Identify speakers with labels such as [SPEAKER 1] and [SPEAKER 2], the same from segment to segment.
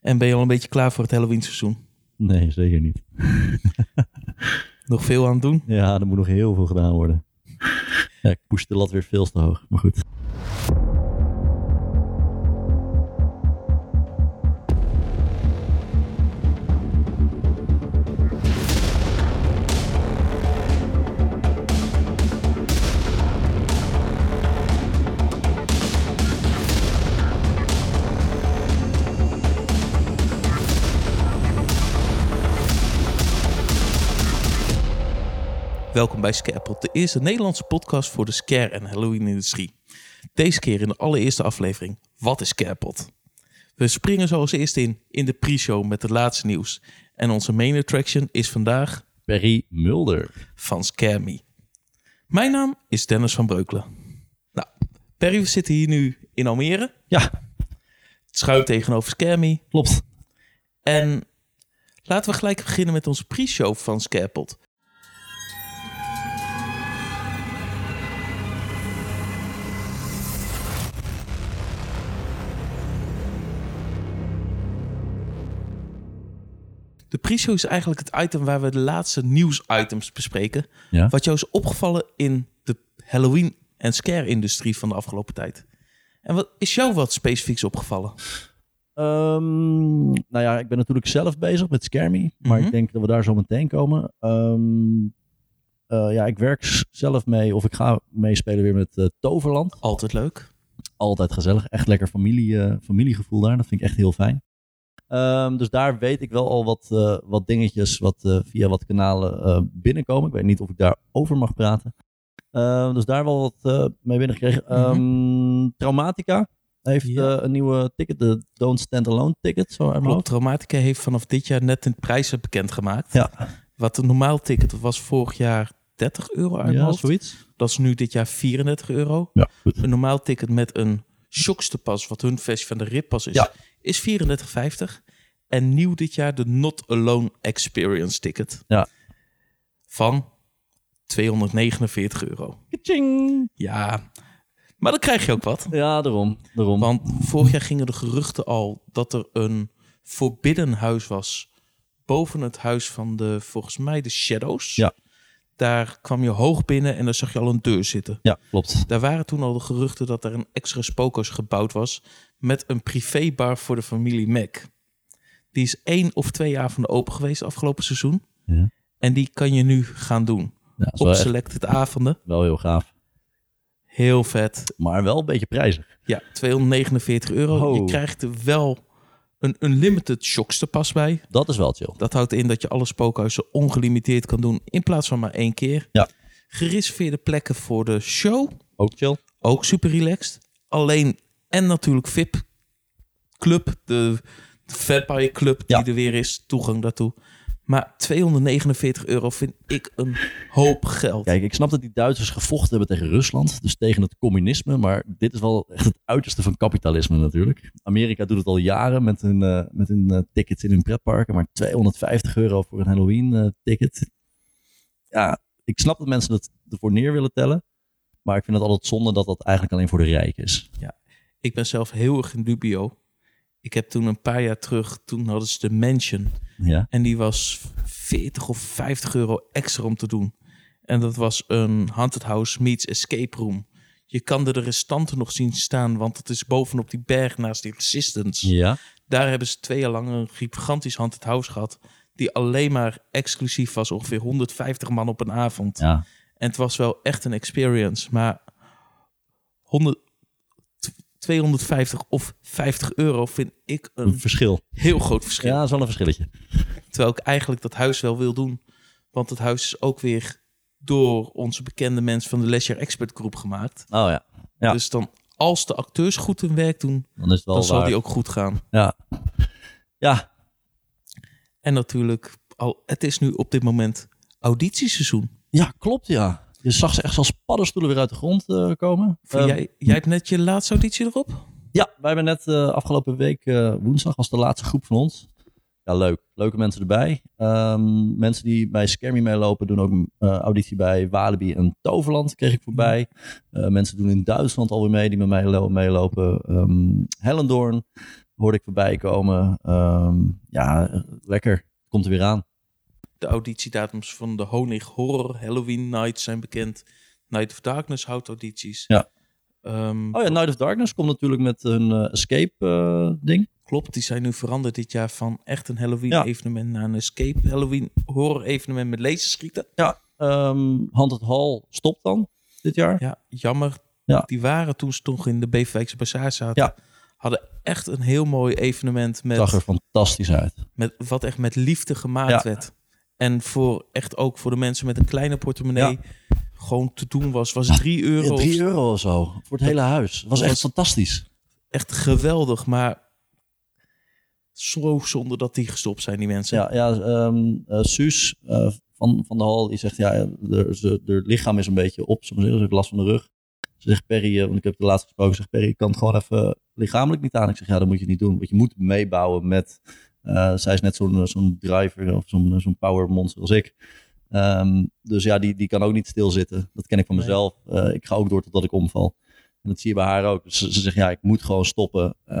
[SPEAKER 1] En ben je al een beetje klaar voor het Halloween seizoen?
[SPEAKER 2] Nee, zeker niet.
[SPEAKER 1] Nog veel aan het doen?
[SPEAKER 2] Ja, er moet nog heel veel gedaan worden. Ja, ik push de lat weer veel te hoog, maar goed.
[SPEAKER 1] Welkom bij Scarepot, de eerste Nederlandse podcast voor de scare- en Halloween-industrie. Deze keer in de allereerste aflevering, Wat is Scarepot? We springen zoals eerst in, in de pre-show met het laatste nieuws. En onze main attraction is vandaag
[SPEAKER 2] Perry Mulder.
[SPEAKER 1] van Scare Me. Mijn naam is Dennis van Breukelen. Nou, Perry, we zitten hier nu in Almere.
[SPEAKER 2] Ja,
[SPEAKER 1] Het schuim tegenover Scare Me.
[SPEAKER 2] klopt.
[SPEAKER 1] En laten we gelijk beginnen met onze pre-show van Scarepot. De pre-show is eigenlijk het item waar we de laatste nieuwsitems bespreken.
[SPEAKER 2] Ja.
[SPEAKER 1] Wat jou is opgevallen in de Halloween- en scare-industrie van de afgelopen tijd. En wat is jou wat specifieks opgevallen?
[SPEAKER 2] Ehm, nou ja, ik ben natuurlijk zelf bezig met Scare Me, maar
[SPEAKER 1] Mhm.
[SPEAKER 2] ik denk dat we daar zo meteen komen. Ehm, eh, ja, ik werk s- zelf mee, of ik ga meespelen weer met eh, Toverland.
[SPEAKER 1] Altijd leuk.
[SPEAKER 2] altijd gezellig. Echt lekker familie, eh, familiegevoel daar. Dat vind ik echt heel fijn. Ehm, dus daar weet ik wel al wat, eh, wat dingetjes wat eh, via wat kanalen eh, binnenkomen. Ik weet niet of ik daarover mag praten. Ehm, dus daar wel wat eh, mee binnengekregen. Ehm, Traumatica heeft
[SPEAKER 1] Mhm. Ja.
[SPEAKER 2] eh, een nieuwe ticket. De Don't Stand Alone ticket. Zo uit mijn
[SPEAKER 1] Klopt, Traumatica heeft vanaf dit jaar net een prijzen bekendgemaakt.
[SPEAKER 2] Ja.
[SPEAKER 1] Wat een normaal ticket was vorig jaar 30 euro uit
[SPEAKER 2] hoofd.
[SPEAKER 1] mijn
[SPEAKER 2] Ja,
[SPEAKER 1] hoofd.
[SPEAKER 2] zoiets.
[SPEAKER 1] Dat is nu dit jaar 34 euro.
[SPEAKER 2] Ja, goed.
[SPEAKER 1] Een normaal ticket met een shockste pas, wat hun versie van de rippas is,
[SPEAKER 2] Ja.
[SPEAKER 1] is 34,50. En nieuw dit jaar de Not Alone Experience ticket.
[SPEAKER 2] Ja.
[SPEAKER 1] Van 249 euro. Ja, maar dan krijg je ook wat.
[SPEAKER 2] Ja, daarom. daarom.
[SPEAKER 1] Want vorig jaar gingen de geruchten al dat er een forbidden huis was. Boven het huis van de, volgens mij, de Shadows.
[SPEAKER 2] Ja.
[SPEAKER 1] Daar kwam je hoog binnen en daar zag je al een deur zitten.
[SPEAKER 2] Ja, klopt.
[SPEAKER 1] Daar waren toen al de geruchten dat er een extra spookhuis gebouwd was. Met een privébar voor de familie Mac. Die is één of twee avonden open geweest afgelopen seizoen.
[SPEAKER 2] Ja.
[SPEAKER 1] En die kan je nu gaan doen.
[SPEAKER 2] Ja, dat is wel,
[SPEAKER 1] Op
[SPEAKER 2] echt
[SPEAKER 1] selected avonden.
[SPEAKER 2] wel heel gaaf.
[SPEAKER 1] Heel vet.
[SPEAKER 2] Maar wel een beetje prijzig.
[SPEAKER 1] Ja, 249 euro.
[SPEAKER 2] Oh.
[SPEAKER 1] Je krijgt er wel een unlimited shockster pas bij.
[SPEAKER 2] Dat is wel chill.
[SPEAKER 1] Dat houdt in dat je alle spookhuizen ongelimiteerd kan doen in plaats van maar één keer.
[SPEAKER 2] Ja.
[SPEAKER 1] Gereserveerde plekken voor de show,
[SPEAKER 2] Ook chill.
[SPEAKER 1] ook super relaxed. Alleen en natuurlijk VIP Club, de Vampire Club die
[SPEAKER 2] Ja.
[SPEAKER 1] er weer is, toegang daartoe. Maar 249 euro vind ik een hoop geld.
[SPEAKER 2] Kijk, ik snap dat die Duitsers gevochten hebben tegen Rusland, dus tegen het communisme, maar dit is wel echt het uiterste van kapitalisme natuurlijk. Amerika doet het al jaren met hun, eh, met hun eh, tickets in hun pretparken, maar 250 euro voor een Halloween-ticket. ja, ik snap dat mensen het ervoor neer willen tellen, maar ik vind het altijd zonde dat dat eigenlijk alleen voor de rijk is.
[SPEAKER 1] Ik ben zelf heel erg in dubio. Ik heb toen een paar jaar terug, toen hadden ze de Mansion.
[SPEAKER 2] Ja,
[SPEAKER 1] En die was 40 of 50 euro extra om te doen. En dat was een Haunted House meets Escape Room. Je kan er de restanten nog zien staan, want het is bovenop die berg naast die Resistance.
[SPEAKER 2] ja.
[SPEAKER 1] Daar hebben ze twee jaar lang een gigantisch Haunted House gehad. Die alleen maar exclusief was, ongeveer 150 man op een avond.
[SPEAKER 2] ja.
[SPEAKER 1] En het was wel echt een experience, maar 100, 250 of 50 euro vind ik
[SPEAKER 2] Een
[SPEAKER 1] een
[SPEAKER 2] verschil.
[SPEAKER 1] heel groot verschil.
[SPEAKER 2] Ja, dat is wel een verschilletje.
[SPEAKER 1] Terwijl ik eigenlijk dat huis wel wil doen. Want het huis is ook weer door onze bekende mensen van de Leisure Expert Groep gemaakt.
[SPEAKER 2] Oh ja, Ja.
[SPEAKER 1] Dus dan, als de acteurs goed hun werk doen,
[SPEAKER 2] dan is het wel
[SPEAKER 1] dan zal
[SPEAKER 2] waar.
[SPEAKER 1] die ook goed gaan.
[SPEAKER 2] Ja. ja,
[SPEAKER 1] En natuurlijk, al, het is nu op dit moment auditieseizoen.
[SPEAKER 2] ja, klopt ja. Je zag ze echt als paddenstoelen weer uit de grond eh, komen.
[SPEAKER 1] Vind
[SPEAKER 2] Ehm,
[SPEAKER 1] jij, jij hebt net je laatste auditie erop?
[SPEAKER 2] Ja, wij hebben net eh, afgelopen week, eh, woensdag, was de laatste groep van ons. Ja, leuk. Leuke mensen erbij. Ehm, mensen die bij Scammy meelopen doen ook eh, auditie bij Walibi en Toverland, kreeg ik voorbij. Eh, mensen doen in Duitsland alweer mee, die met mij lo- meelopen. Ehm Hellendoorn hoorde ik voorbij komen. Ehm, ja, lekker. Komt er weer aan.
[SPEAKER 1] De auditiedatums van de Honig Horror Halloween Nights zijn bekend. Night of Darkness houdt audities.
[SPEAKER 2] Ja.
[SPEAKER 1] Ehm,
[SPEAKER 2] Oh ja, Night of Darkness komt natuurlijk met een eh, escape eh, ding.
[SPEAKER 1] Klopt, die zijn nu veranderd dit jaar van echt een
[SPEAKER 2] Ja.
[SPEAKER 1] Halloween-evenement naar een escape Halloween horror-evenement met laserschieten.
[SPEAKER 2] Ehm Haunted Hall stopt dan dit jaar.
[SPEAKER 1] Ja, jammer.
[SPEAKER 2] Ja.
[SPEAKER 1] Die waren toen ze nog in de Beverwijkse Bazaar zaten.
[SPEAKER 2] Ja.
[SPEAKER 1] Hadden echt een heel mooi evenement
[SPEAKER 2] Zag er
[SPEAKER 1] met,
[SPEAKER 2] fantastisch uit.
[SPEAKER 1] met wat echt met liefde gemaakt
[SPEAKER 2] Ja.
[SPEAKER 1] werd. En voor echt ook voor de mensen met een kleine portemonnee gewoon te doen was. Was het 3 euro.
[SPEAKER 2] Ja,
[SPEAKER 1] of
[SPEAKER 2] 3 euro of zo. Voor het hele huis. Was echt
[SPEAKER 1] Was-
[SPEAKER 2] fantastisch.
[SPEAKER 1] Echt geweldig, maar zo zonder dat die gestopt zijn, die mensen.
[SPEAKER 2] Ja, ja ehm, eh, Suus eh, van, van de Hal die zegt, ja, de, ze, de lichaam is een beetje op. Ze heeft last van de rug. Ze zegt, Perry, eh, want ik heb de laatste gesproken, zegt Perry, ik kan het gewoon even lichamelijk niet aan. Ik zeg, ja, dat moet je niet doen. Want je moet meebouwen met, eh, zij is net zo'n zo'n driver of zo'n eh, zo'n power monster als ik. Ehm, dus ja, die, die kan ook niet stilzitten. Dat ken ik van
[SPEAKER 1] Nee.
[SPEAKER 2] mezelf. Eh, ik ga ook door totdat ik omval. En dat zie je bij haar ook. Dus Ze, ze zegt, ja, ik moet gewoon stoppen. Eh,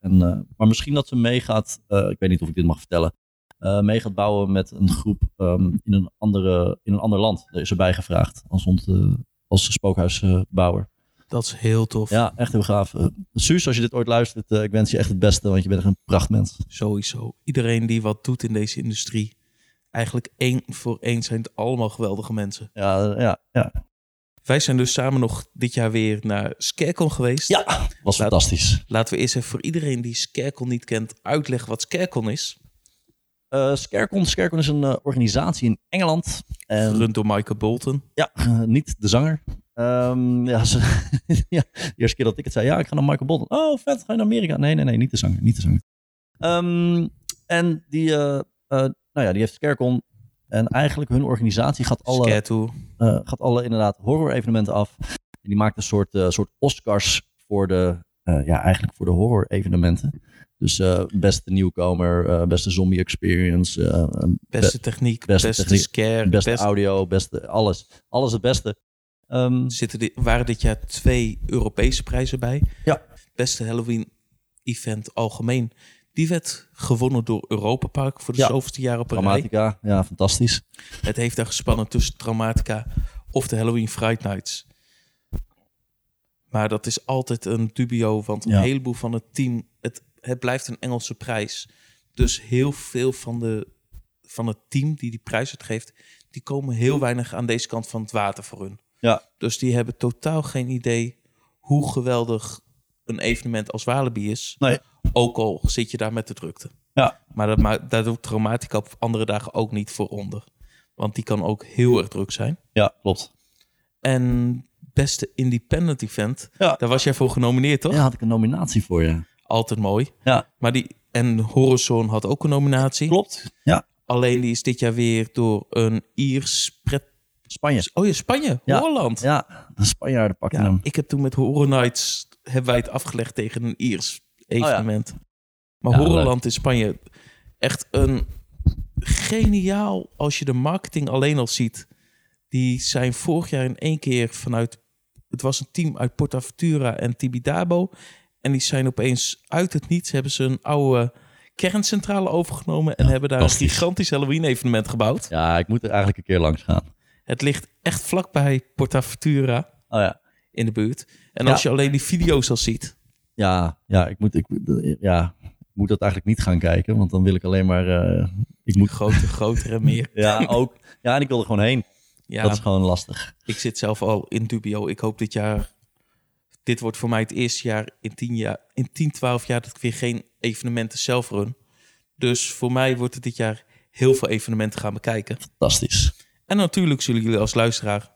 [SPEAKER 2] en, eh, maar misschien dat ze meegaat, eh, ik weet niet of ik dit mag vertellen, eh, mee gaat bouwen met een groep ehm, in, een andere, in een ander land. Daar is ze bij gevraagd als, ont, eh, als spookhuisbouwer.
[SPEAKER 1] Dat is heel tof.
[SPEAKER 2] ja, echt heel gaaf. Eh, Suus, als je dit ooit luistert, eh, ik wens je echt het beste, want je bent echt een prachtmens.
[SPEAKER 1] Sowieso. Iedereen die wat doet in deze industrie. Eigenlijk één voor één zijn het allemaal geweldige mensen.
[SPEAKER 2] Ja, eh, ja, ja.
[SPEAKER 1] Wij zijn dus samen nog dit jaar weer naar Scarecon geweest.
[SPEAKER 2] Ja. was fantastisch.
[SPEAKER 1] Laten we eerst even voor iedereen die Scarecon niet kent uitleggen wat Scarecon is.
[SPEAKER 2] Eh Scarecon, Scarecon is een eh, organisatie in Engeland. En
[SPEAKER 1] Gerund door Michael Bolton.
[SPEAKER 2] Ja, eh, niet de zanger. Ehm, ja, ze, ja, de eerste keer dat ik het zei, ja, ik ga naar Michael Bolton. Oh, vet, ga je naar Amerika? Nee, nee, nee, niet de zanger, niet de zanger. Ehm, en die, eh, eh, nou ja, die heeft Scarecon. En eigenlijk hun organisatie gaat alle,
[SPEAKER 1] Scare Tour.
[SPEAKER 2] eh, gaat alle inderdaad horror-evenementen af. En die maakt een soort, eh, soort Oscars voor de, eh, ja, eigenlijk voor de horror-evenementen. Dus eh, beste nieuwkomer, eh, beste zombie experience, eh,
[SPEAKER 1] Beste techniek, beste,
[SPEAKER 2] beste techniek,
[SPEAKER 1] scare.
[SPEAKER 2] beste,
[SPEAKER 1] best-
[SPEAKER 2] audio, beste alles. Alles het beste. Ehm,
[SPEAKER 1] zitten dit, waren dit jaar twee Europese prijzen bij.
[SPEAKER 2] Ja.
[SPEAKER 1] Beste Halloween event algemeen. Die werd gewonnen door Europa Park voor de
[SPEAKER 2] Ja.
[SPEAKER 1] zoveelste jaar op een rij.
[SPEAKER 2] Grammatica, ja, fantastisch.
[SPEAKER 1] Het heeft daar gespannen tussen Traumatica of de Halloween Fright Nights. Maar dat is altijd een dubio, want een
[SPEAKER 2] Ja.
[SPEAKER 1] heleboel van het team... Het, het blijft een Engelse prijs. Dus heel veel van, de, van het team die die prijs uitgeeft... die komen heel weinig aan deze kant van het water voor hun.
[SPEAKER 2] Ja.
[SPEAKER 1] Dus die hebben totaal geen idee hoe geweldig een evenement als Walibi is.
[SPEAKER 2] Nee.
[SPEAKER 1] Ook al zit je daar met de drukte.
[SPEAKER 2] Ja.
[SPEAKER 1] Maar dat, ma- daar doet Traumatica op andere dagen ook niet voor onder. Want die kan ook heel erg druk zijn.
[SPEAKER 2] Ja, klopt.
[SPEAKER 1] En beste independent event,
[SPEAKER 2] Ja.
[SPEAKER 1] daar was jij voor genomineerd, toch?
[SPEAKER 2] Ja, had ik een nominatie voor je.
[SPEAKER 1] Altijd mooi.
[SPEAKER 2] Ja.
[SPEAKER 1] Maar die, en Horizon had ook een nominatie.
[SPEAKER 2] Klopt. Ja,
[SPEAKER 1] Alleen die is dit jaar weer door een Iers pret...
[SPEAKER 2] Spanje.
[SPEAKER 1] Oh ja, Spanje,
[SPEAKER 2] Ja.
[SPEAKER 1] Holland.
[SPEAKER 2] Ja, de Spanjaarden pakten
[SPEAKER 1] Ja,
[SPEAKER 2] hem.
[SPEAKER 1] ik heb toen met Horror Nights hebben wij het afgelegd tegen een Iers evenement. Maar
[SPEAKER 2] Ja,
[SPEAKER 1] Horrorland in Spanje, echt een geniaal als je de marketing alleen al ziet. Die zijn vorig jaar in één keer vanuit, het was een team uit Portaventura en Tibidabo. En die zijn opeens uit het niets, hebben ze een oude kerncentrale overgenomen en
[SPEAKER 2] Ja,
[SPEAKER 1] hebben daar een
[SPEAKER 2] fantastisch.
[SPEAKER 1] gigantisch Halloween evenement gebouwd.
[SPEAKER 2] Ja, ik moet er eigenlijk een keer langs gaan.
[SPEAKER 1] Het ligt echt vlakbij Portaventura
[SPEAKER 2] Oh ja.
[SPEAKER 1] in de buurt. En
[SPEAKER 2] Ja.
[SPEAKER 1] als je alleen die video's al ziet,
[SPEAKER 2] Ja, ja, ik moet, ik, ja, ik moet dat eigenlijk niet gaan kijken, want dan wil ik alleen maar... eh, ik moet...
[SPEAKER 1] groter, groter en meer.
[SPEAKER 2] Ja, ook. Ja, en ik wil er gewoon heen.
[SPEAKER 1] Ja,
[SPEAKER 2] Dat is gewoon lastig.
[SPEAKER 1] ik zit zelf al in dubio. Ik hoop dit jaar, dit wordt voor mij het eerste jaar in 10, jaar, in 10 12 jaar dat ik weer geen evenementen zelf run. Dus voor mij wordt het dit jaar heel veel evenementen gaan bekijken.
[SPEAKER 2] Fantastisch.
[SPEAKER 1] En natuurlijk zullen jullie als luisteraar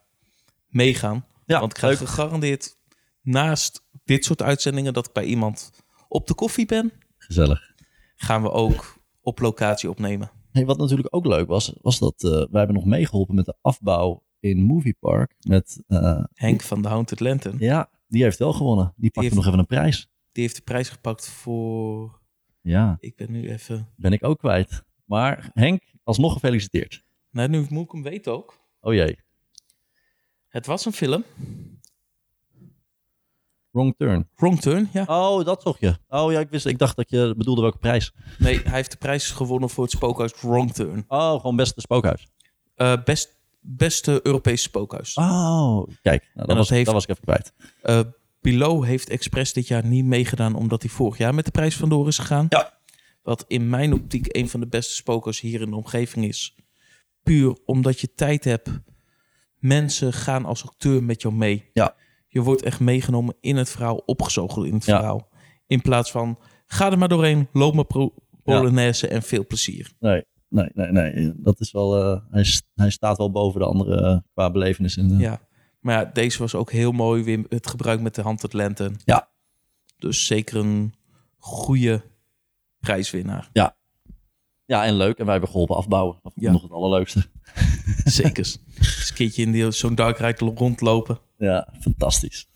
[SPEAKER 1] meegaan.
[SPEAKER 2] Ja,
[SPEAKER 1] want ik ga
[SPEAKER 2] leuk.
[SPEAKER 1] gegarandeerd naast dit soort uitzendingen dat ik bij iemand op de koffie ben,
[SPEAKER 2] Gezellig.
[SPEAKER 1] gaan we ook op locatie opnemen.
[SPEAKER 2] Hey, wat natuurlijk ook leuk was, was dat eh, wij hebben nog meegeholpen met de afbouw in Movie Park. Met, eh,
[SPEAKER 1] Henk van de Haunted Lantern.
[SPEAKER 2] ja, die heeft wel gewonnen. Die pakte
[SPEAKER 1] heeft-
[SPEAKER 2] nog even een prijs.
[SPEAKER 1] Die heeft de prijs gepakt voor.
[SPEAKER 2] Ja,
[SPEAKER 1] Ik ben nu even.
[SPEAKER 2] ben ik ook kwijt. Maar Henk, alsnog gefeliciteerd.
[SPEAKER 1] Nou, nu moet ik hem weten ook.
[SPEAKER 2] Oh jee.
[SPEAKER 1] Het was een film.
[SPEAKER 2] Wrong Turn.
[SPEAKER 1] Wrong Turn, ja.
[SPEAKER 2] Oh, dat zocht je. Oh ja, ik, wist, ik dacht dat je bedoelde welke prijs.
[SPEAKER 1] Nee, hij heeft de prijs gewonnen voor het spookhuis Wrong Turn.
[SPEAKER 2] Oh, gewoon beste spookhuis.
[SPEAKER 1] Eh, best, beste Europese spookhuis.
[SPEAKER 2] Oh, kijk. nou, dat,
[SPEAKER 1] dat
[SPEAKER 2] was,
[SPEAKER 1] heeft-
[SPEAKER 2] dat was ik even kwijt.
[SPEAKER 1] Eh Bilot heeft expres dit jaar niet meegedaan omdat hij vorig jaar met de prijs vandoor is gegaan.
[SPEAKER 2] Ja.
[SPEAKER 1] Wat in mijn optiek een van de beste spokers hier in de omgeving is. Puur omdat je tijd hebt. Mensen gaan als acteur met jou mee.
[SPEAKER 2] Ja.
[SPEAKER 1] Je wordt echt meegenomen in het verhaal, opgezogen in het
[SPEAKER 2] Ja.
[SPEAKER 1] verhaal. In plaats van, ga er maar doorheen, loop maar pro-
[SPEAKER 2] Ja.
[SPEAKER 1] Polonaise en veel plezier.
[SPEAKER 2] Nee, nee, nee, nee. Dat is wel, eh, hij, s- hij staat wel boven de andere eh, qua belevenis. En, eh,
[SPEAKER 1] Ja. Maar ja, deze was ook heel mooi, Wim, het gebruik met de hand tot lenten.
[SPEAKER 2] Ja.
[SPEAKER 1] Dus zeker een goede prijswinnaar.
[SPEAKER 2] ja, en leuk. En wij hebben geholpen afbouwen. Dat vond ik
[SPEAKER 1] Ja.
[SPEAKER 2] nog het allerleukste.
[SPEAKER 1] Zeker. Eens een keertje in die- zo'n dark ride rondlopen.
[SPEAKER 2] Ja, fantastisch.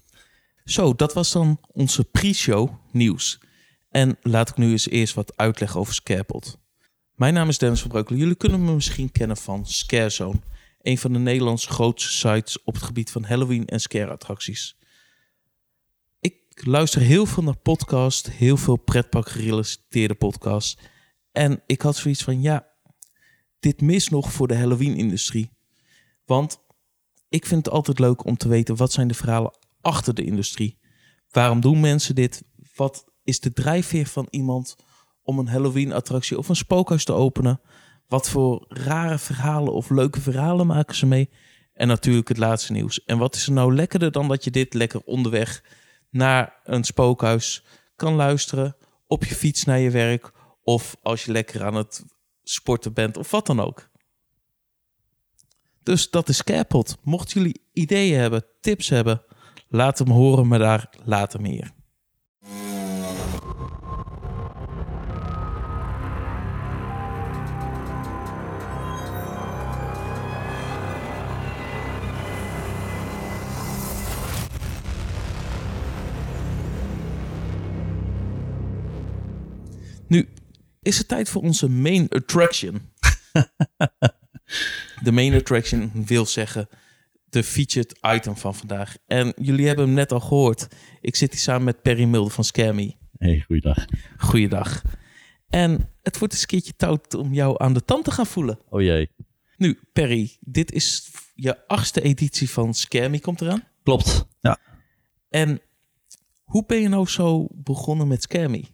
[SPEAKER 1] Zo, dat was dan onze pre-show nieuws. En laat ik nu eens eerst wat uitleggen over Scarepot. Mijn naam is Dennis van Breukelen. Jullie kunnen me misschien kennen van Scarezone. Een van de Nederlandse grootste sites op het gebied van Halloween en scare attracties. Ik luister heel veel naar podcasts, heel veel pretpark gerelateerde podcasts. En ik had zoiets van, ja, dit mist nog voor de Halloween-industrie. Want ik vind het altijd leuk om te weten wat zijn de verhalen achter de industrie. Waarom doen mensen dit? Wat is de drijfveer van iemand om een Halloween-attractie of een spookhuis te openen? Wat voor rare verhalen of leuke verhalen maken ze mee? En natuurlijk het laatste nieuws. En wat is er nou lekkerder dan dat je dit lekker onderweg naar een spookhuis kan luisteren? Op je fiets naar je werk of als je lekker aan het sporten bent of wat dan ook. Dus dat is Scarepot. Mochten jullie ideeën hebben, tips hebben, laat hem horen, maar daar later meer. Nu is het tijd voor onze main attraction. De main attraction wil zeggen de featured item van vandaag. En jullie hebben hem net al gehoord. Ik zit hier samen met Perry Milde van Scammy.
[SPEAKER 2] Hey, goeiedag.
[SPEAKER 1] Goeiedag. En het wordt eens een keertje touwt om jou aan de tand te gaan voelen.
[SPEAKER 2] Oh jee.
[SPEAKER 1] Nu, Perry, dit is je achtste editie van Scammy komt eraan.
[SPEAKER 2] Klopt. Ja.
[SPEAKER 1] En hoe ben je nou zo begonnen met Scammy?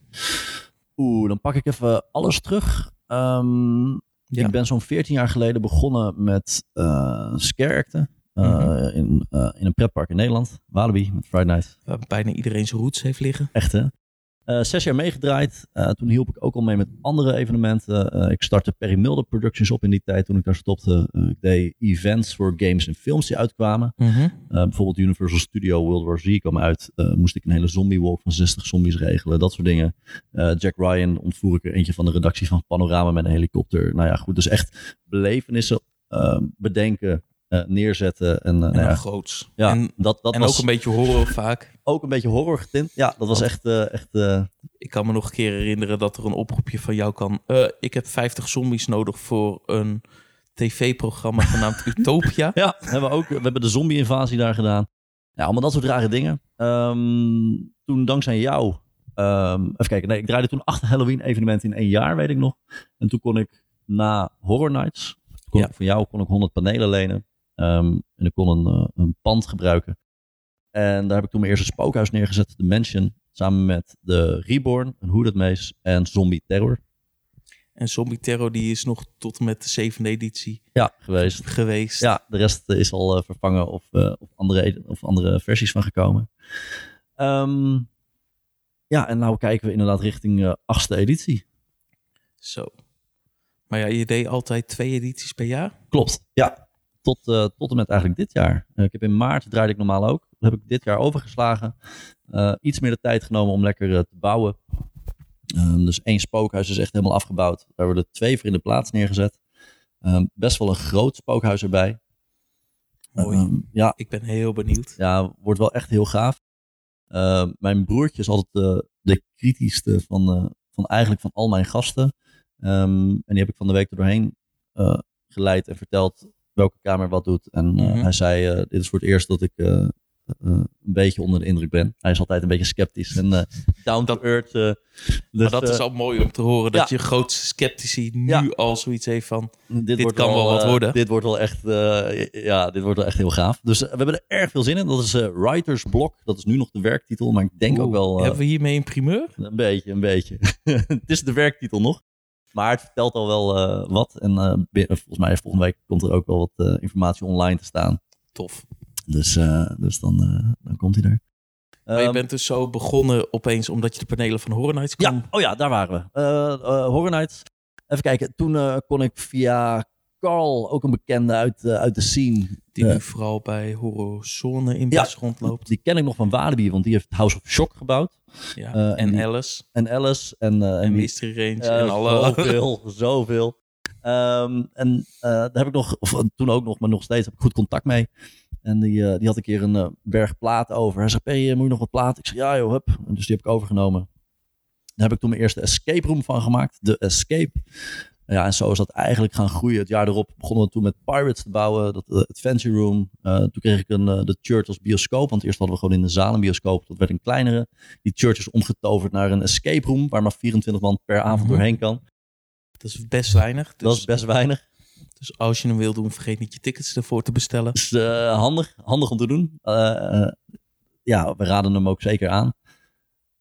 [SPEAKER 2] Oeh, dan pak ik even alles terug. Ehm,
[SPEAKER 1] Ja.
[SPEAKER 2] Ik ben zo'n 14 jaar geleden begonnen met eh scare acten. eh,
[SPEAKER 1] Mhm.
[SPEAKER 2] in, eh, in een pretpark in Nederland. Walibi, met Friday Night.
[SPEAKER 1] Waar bijna iedereen zijn roots heeft liggen.
[SPEAKER 2] Echt hè? Eh, zes jaar meegedraaid. Eh, toen hielp ik ook al mee met andere evenementen. Eh, ik startte Perry Mulder Productions op in die tijd toen ik daar stopte. Eh, ik deed events voor games en films die uitkwamen. Eh, bijvoorbeeld Universal Studio World War Z kwam uit. Eh, moest ik een hele zombie walk van 60 zombies regelen. Dat soort dingen. Eh, Jack Ryan ontvoer ik er eentje van de redactie van Panorama met een helikopter. Nou ja, goed. Dus echt belevenissen eh, bedenken, eh, neerzetten. En, eh,
[SPEAKER 1] En
[SPEAKER 2] nou
[SPEAKER 1] dan
[SPEAKER 2] ja,
[SPEAKER 1] groots.
[SPEAKER 2] ja,
[SPEAKER 1] en
[SPEAKER 2] dat, dat
[SPEAKER 1] en
[SPEAKER 2] was
[SPEAKER 1] ook een beetje horror vaak.
[SPEAKER 2] ook een beetje horror getint. Ja, dat was echt... eh, echt eh,
[SPEAKER 1] Ik kan me nog een keer herinneren dat er een oproepje van jou kan. Eh, ik heb 50 zombies nodig voor een tv-programma genaamd Utopia.
[SPEAKER 2] Ja, hebben we, ook, we hebben de zombie-invasie daar gedaan. Ja, allemaal dat soort rare dingen. Ehm, toen dankzij jou... ehm, even kijken, nee, ik draaide toen acht Halloween-evenementen in één jaar, weet ik nog. En toen kon ik na Horror Nights, kon
[SPEAKER 1] Ja.
[SPEAKER 2] ik van jou kon ik 100 panelen lenen. Ehm, en ik kon een, eh, een pand gebruiken. En daar heb ik toen mijn eerste spookhuis neergezet, de Mansion. Samen met de Reborn, een Hooded Maze en Zombie Terror.
[SPEAKER 1] En Zombie Terror die is nog tot en met de zevende editie
[SPEAKER 2] Ja, geweest.
[SPEAKER 1] geweest.
[SPEAKER 2] Ja, de rest eh, is al eh, vervangen of, eh, of, andere, of andere versies van gekomen. Ehm, ja, en nou kijken we inderdaad richting eh, achtste editie.
[SPEAKER 1] Zo. Maar ja, je deed altijd twee edities per jaar.
[SPEAKER 2] Klopt, ja. Tot, eh, tot en met eigenlijk dit jaar. Eh, ik heb in maart, draaide ik normaal ook, heb ik dit jaar overgeslagen. Eh, iets meer de tijd genomen om lekker eh, te bouwen. Ehm, dus één spookhuis is echt helemaal afgebouwd. Daar worden twee voor in de plaats neergezet. Ehm, best wel een groot spookhuis erbij.
[SPEAKER 1] Mooi.
[SPEAKER 2] Ehm, ja, Dus,
[SPEAKER 1] Ik ben heel benieuwd.
[SPEAKER 2] Ja, wordt wel echt heel gaaf. Eh, mijn broertje is altijd de, de kritischste van, eh, van eigenlijk van al mijn gasten. Ehm, en die heb ik van de week er doorheen eh, geleid en verteld welke kamer wat doet. En eh,
[SPEAKER 1] Mhm.
[SPEAKER 2] hij zei, eh, dit is voor het eerst dat ik eh, eh, een beetje onder de indruk ben. Hij is altijd een beetje sceptisch en eh, down to earth. eh, dus,
[SPEAKER 1] maar dat is
[SPEAKER 2] eh,
[SPEAKER 1] al mooi om te horen. Dat je grootste sceptici nu
[SPEAKER 2] Ja.
[SPEAKER 1] al zoiets heeft van...
[SPEAKER 2] dit
[SPEAKER 1] kan wel wat
[SPEAKER 2] eh,
[SPEAKER 1] worden.
[SPEAKER 2] dit wordt wel echt, eh, ja, dit wordt wel echt heel gaaf. Dus eh, we hebben er erg veel zin in. Dat is eh Writers Block. Dat is nu nog de werktitel, maar ik denk ook
[SPEAKER 1] Oeh,
[SPEAKER 2] wel... eh,
[SPEAKER 1] Hebben we hiermee een primeur?
[SPEAKER 2] Een beetje, een beetje. het is de werktitel nog. Maar het vertelt al wel eh, wat. En eh, bi- eh, volgens mij volgende week komt er ook wel wat eh, informatie online te staan.
[SPEAKER 1] Tof.
[SPEAKER 2] Dus, eh, dus dan, eh, dan komt hij er.
[SPEAKER 1] maar je
[SPEAKER 2] Ehm,
[SPEAKER 1] bent dus zo begonnen opeens omdat je de panelen van Horror Nights kwam.
[SPEAKER 2] ja, oh ja, daar waren we. Eh eh, Horror Nights. Even kijken. Toen eh, kon ik via Carl, ook een bekende uit, eh, uit de scene.
[SPEAKER 1] Die
[SPEAKER 2] Ja.
[SPEAKER 1] nu vooral bij Horror Zone in
[SPEAKER 2] Ja.
[SPEAKER 1] Bas rondloopt.
[SPEAKER 2] Die ken ik nog van Walibi, want die heeft House of Shock gebouwd.
[SPEAKER 1] Ja.
[SPEAKER 2] Eh, en
[SPEAKER 1] en
[SPEAKER 2] die-
[SPEAKER 1] Alice.
[SPEAKER 2] En Alice en, eh en
[SPEAKER 1] En
[SPEAKER 2] wie-
[SPEAKER 1] Mystery Range.
[SPEAKER 2] Ja,
[SPEAKER 1] en alle...
[SPEAKER 2] Eh, Zoveel, zoveel. Ehm, en eh, daar heb ik nog, of eh, toen ook nog, maar nog steeds heb ik goed contact mee. En die, eh, die had een keer een eh, berg platen over. Hij zei, hey, eh, moet je nog wat platen? Ik zeg, ja joh, hup. En dus die heb ik overgenomen. Daar heb ik toen mijn eerste escape room van gemaakt. De Escape. Ja, en zo is dat eigenlijk gaan groeien. Het jaar erop begonnen we toen met Pirates te bouwen. Dat eh, Adventure Room. Eh, toen kreeg ik een, eh, de Church als bioscoop. Want eerst hadden we gewoon in de zaal een bioscoop. Dat werd een kleinere die church is omgetoverd naar een escape room waar maar 24 man per avond
[SPEAKER 1] Mhm.
[SPEAKER 2] doorheen kan.
[SPEAKER 1] Dat is best weinig. Dus,
[SPEAKER 2] dat is best weinig.
[SPEAKER 1] dus als je hem wil doen, vergeet niet je tickets ervoor te bestellen.
[SPEAKER 2] Dus eh, handig, handig om te doen. Eh, eh, ja, we raden hem ook zeker aan.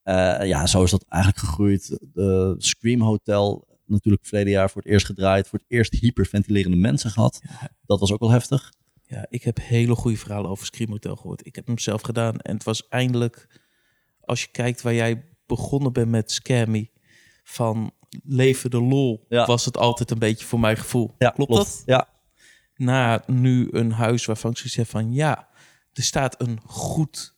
[SPEAKER 2] Eh, ja, zo is dat eigenlijk gegroeid. De Scream Hotel, natuurlijk verleden jaar voor het eerst gedraaid. Voor het eerst hyperventilerende mensen gehad. Dat was ook wel heftig.
[SPEAKER 1] Ja, ik heb hele goede verhalen over Scream Hotel gehoord. Ik heb hem zelf gedaan en het was eindelijk, als je kijkt waar jij begonnen bent met Scammy, van leven de lol,
[SPEAKER 2] Ja.
[SPEAKER 1] was het altijd een beetje voor mijn gevoel.
[SPEAKER 2] Ja,
[SPEAKER 1] Klopt dat?
[SPEAKER 2] Ja,
[SPEAKER 1] Na nu een huis waarvan ik zoiets heb van, ja, er staat een goed,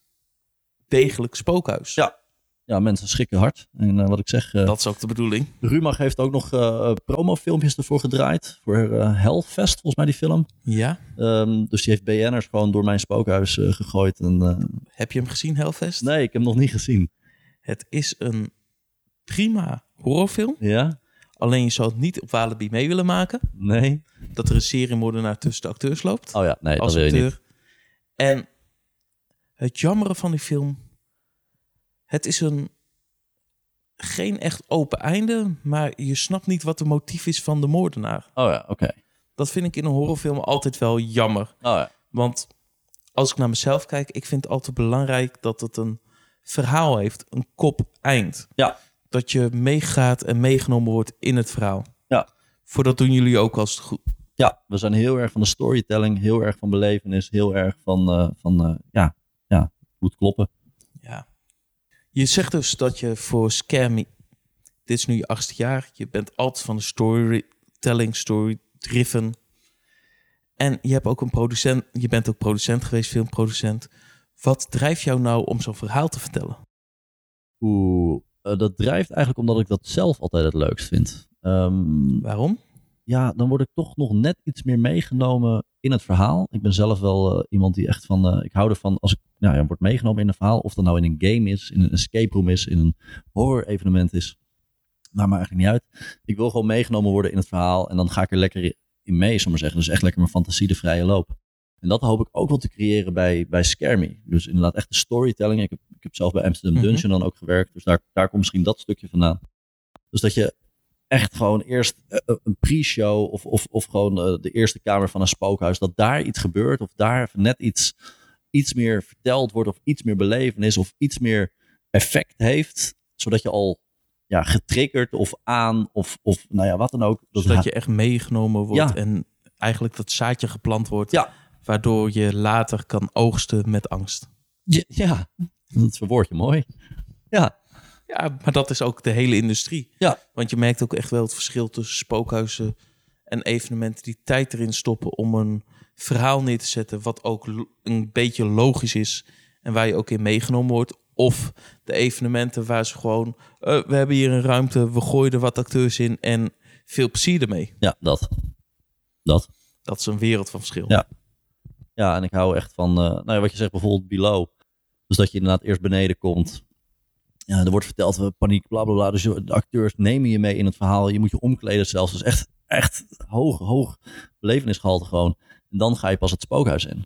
[SPEAKER 1] degelijk spookhuis.
[SPEAKER 2] Ja. ja, mensen schrikken hard. En eh, wat ik zeg, eh,
[SPEAKER 1] Dat is ook de bedoeling.
[SPEAKER 2] Rumach heeft ook nog eh promofilmpjes ervoor gedraaid. Voor eh, Hellfest, volgens mij die film.
[SPEAKER 1] Ja.
[SPEAKER 2] Ehm, dus die heeft BN'ers gewoon door mijn spookhuis eh, gegooid. En, eh,
[SPEAKER 1] Heb je hem gezien, Hellfest?
[SPEAKER 2] nee, ik heb hem nog niet gezien.
[SPEAKER 1] Het is een prima horrorfilm.
[SPEAKER 2] Ja?
[SPEAKER 1] Alleen je zou het niet op Walibi mee willen maken.
[SPEAKER 2] Nee?
[SPEAKER 1] Dat er een seriemoordenaar tussen de acteurs loopt.
[SPEAKER 2] Oh ja, nee, dat
[SPEAKER 1] als
[SPEAKER 2] wil je niet.
[SPEAKER 1] acteur. En het jammere van die film... Het is een... Geen echt open einde, maar je snapt niet wat de motief is van de moordenaar.
[SPEAKER 2] Oh ja, oké.
[SPEAKER 1] Dat vind ik in een horrorfilm altijd wel jammer.
[SPEAKER 2] Oh ja.
[SPEAKER 1] Want als ik naar mezelf kijk, ik vind het altijd belangrijk dat het een verhaal heeft, een kop eind.
[SPEAKER 2] Ja.
[SPEAKER 1] Dat je meegaat en meegenomen wordt in het verhaal.
[SPEAKER 2] Ja.
[SPEAKER 1] Voor dat doen jullie ook als het goed.
[SPEAKER 2] ja, we zijn heel erg van de storytelling, heel erg van belevenis, heel erg van, eh, van eh, ja, ja, moet kloppen.
[SPEAKER 1] Ja. Je zegt dus dat je voor Scammy, dit is nu je achtste jaar, je bent altijd van de storytelling, story-driven. En je hebt ook een producent, je bent ook producent geweest, filmproducent. Wat drijft jou nou om zo'n verhaal te vertellen?
[SPEAKER 2] Oeh, eh, dat drijft eigenlijk omdat ik dat zelf altijd het leukst vind. Ehm,
[SPEAKER 1] Waarom?
[SPEAKER 2] ja, dan word ik toch nog net iets meer meegenomen in het verhaal. Ik ben zelf wel eh, iemand die echt van, eh, ik hou ervan als ik nou ja, word meegenomen in een verhaal. Of dat nou in een game is, in een escape room is, in een horror evenement is. Maakt me eigenlijk niet uit. Ik wil gewoon meegenomen worden in het verhaal en dan ga ik er lekker in mee, zal ik maar zeggen. Dus echt lekker mijn fantasie de vrije loop. En dat hoop ik ook wel te creëren bij, bij Scaremy. Dus inderdaad echt de storytelling. Ik heb, ik heb zelf bij Amsterdam
[SPEAKER 1] Mhm.
[SPEAKER 2] Dungeon dan ook gewerkt. Dus daar, daar komt misschien dat stukje vandaan. Dus dat je echt gewoon eerst eh, eh, een pre-show of, of, of gewoon eh, de eerste kamer van een spookhuis, dat daar iets gebeurt of daar even net iets, iets meer verteld wordt of iets meer belevenis of iets meer effect heeft, zodat je al ja, getriggerd of aan of, of nou ja, wat dan ook. Dat
[SPEAKER 1] Zodat Dus je echt meegenomen wordt
[SPEAKER 2] Ja.
[SPEAKER 1] en eigenlijk dat zaadje geplant wordt.
[SPEAKER 2] Ja.
[SPEAKER 1] Waardoor je later kan oogsten met angst.
[SPEAKER 2] Ja, ja, dat verwoord je mooi. Ja,
[SPEAKER 1] Ja, maar dat is ook de hele industrie.
[SPEAKER 2] Ja.
[SPEAKER 1] Want je merkt ook echt wel het verschil tussen spookhuizen en evenementen die tijd erin stoppen om een verhaal neer te zetten wat ook lo- een beetje logisch is en waar je ook in meegenomen wordt. Of de evenementen waar ze gewoon, eh, we hebben hier een ruimte, we gooien er wat acteurs in en veel plezier ermee.
[SPEAKER 2] ja dat. Dat.
[SPEAKER 1] Dat is een wereld van verschil.
[SPEAKER 2] Ja. Ja, en ik hou echt van, eh, nou ja, wat je zegt bijvoorbeeld below. Dus dat je inderdaad eerst beneden komt. Ja, er wordt verteld, we paniek, bla bla bla. Dus je- de acteurs nemen je mee in het verhaal. Je moet je omkleden zelfs. Dus echt, echt hoog, hoog belevenisgehalte gewoon. En dan ga je pas het spookhuis in.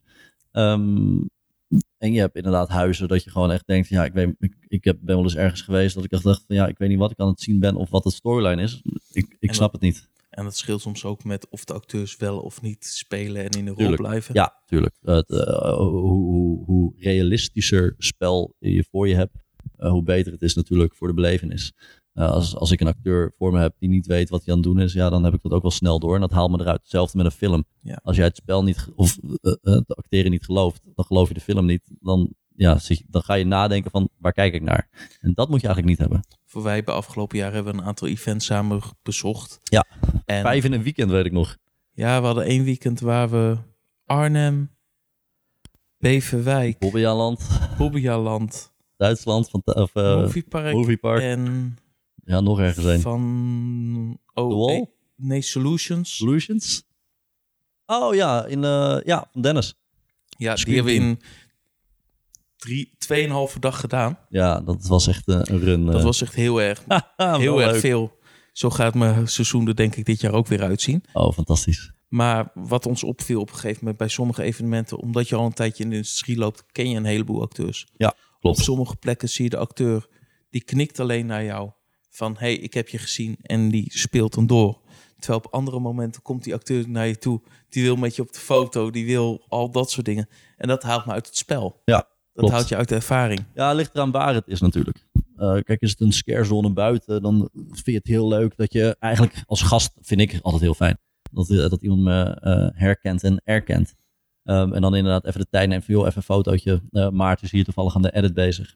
[SPEAKER 2] Ehm, En je hebt inderdaad huizen dat je gewoon echt denkt, ja, ik, weet, ik, ik heb, ben wel eens ergens geweest dat ik echt dacht van, ja, ik weet niet wat ik aan het zien ben of wat de storyline is. Ik, ik
[SPEAKER 1] En-
[SPEAKER 2] snap het niet.
[SPEAKER 1] En dat scheelt soms ook met of de acteurs wel of niet spelen en in de rol
[SPEAKER 2] Tuurlijk,
[SPEAKER 1] blijven.
[SPEAKER 2] Ja, tuurlijk. Het, eh, hoe, hoe, hoe realistischer spel je voor je hebt, eh, hoe beter het is natuurlijk voor de belevenis. Eh, als, als ik een acteur voor me heb die niet weet wat hij aan het doen is, ja, dan heb ik dat ook wel snel door. En dat haalt me eruit. Hetzelfde met een film.
[SPEAKER 1] Ja.
[SPEAKER 2] Als jij het spel niet, ge- of eh, eh, het acteren niet gelooft, dan geloof je de film niet. Dan, ja, zit je- dan ga je nadenken van, waar kijk ik naar? En dat moet je eigenlijk niet hebben.
[SPEAKER 1] Voor wij hebben afgelopen jaar hebben we een aantal events samen bezocht.
[SPEAKER 2] Ja.
[SPEAKER 1] En
[SPEAKER 2] Vijf in een weekend, weet ik nog.
[SPEAKER 1] ja, we hadden één weekend waar we Arnhem, Beverwijk,
[SPEAKER 2] Bobbejaanland,
[SPEAKER 1] Bobbejaanland,
[SPEAKER 2] Duitsland, van, of, Oh. eh,
[SPEAKER 1] Moviepark
[SPEAKER 2] Movie Park.
[SPEAKER 1] en
[SPEAKER 2] Ja, nog ergens een.
[SPEAKER 1] van... Oh,
[SPEAKER 2] De Wall?
[SPEAKER 1] nee, nee, Solutions.
[SPEAKER 2] Solutions? Oh ja, in, eh, ja van Dennis.
[SPEAKER 1] Ja, die
[SPEAKER 2] Screen
[SPEAKER 1] hebben we in drie, tweeënhalve dag gedaan.
[SPEAKER 2] Ja, dat was echt eh, een run.
[SPEAKER 1] Dat
[SPEAKER 2] eh.
[SPEAKER 1] was echt heel erg,
[SPEAKER 2] Wel
[SPEAKER 1] heel erg
[SPEAKER 2] leuk.
[SPEAKER 1] veel. Zo gaat mijn seizoen er denk ik dit jaar ook weer uitzien.
[SPEAKER 2] Oh, fantastisch.
[SPEAKER 1] Maar wat ons opviel op een gegeven moment bij sommige evenementen, omdat je al een tijdje in de industrie loopt, ken je een heleboel acteurs.
[SPEAKER 2] Ja,
[SPEAKER 1] Op
[SPEAKER 2] klopt.
[SPEAKER 1] sommige plekken zie je de acteur, die knikt alleen naar jou. Van, hé, hey, ik heb je gezien en die speelt dan door. Terwijl op andere momenten komt die acteur naar je toe. Die wil met je op de foto, die wil al dat soort dingen. En dat haalt me uit het spel.
[SPEAKER 2] Ja,
[SPEAKER 1] Dat
[SPEAKER 2] klopt.
[SPEAKER 1] haalt je uit de ervaring.
[SPEAKER 2] Ja, ligt eraan waar het is natuurlijk. Eh, kijk, is het een scarezone buiten, dan vind je het heel leuk dat je eigenlijk als gast, vind ik altijd heel fijn, dat, eh, dat iemand me eh, herkent en erkent. Ehm, en dan inderdaad even de tijd neemt van, joh, even een fotootje. Eh, Maarten is hier toevallig aan de edit bezig.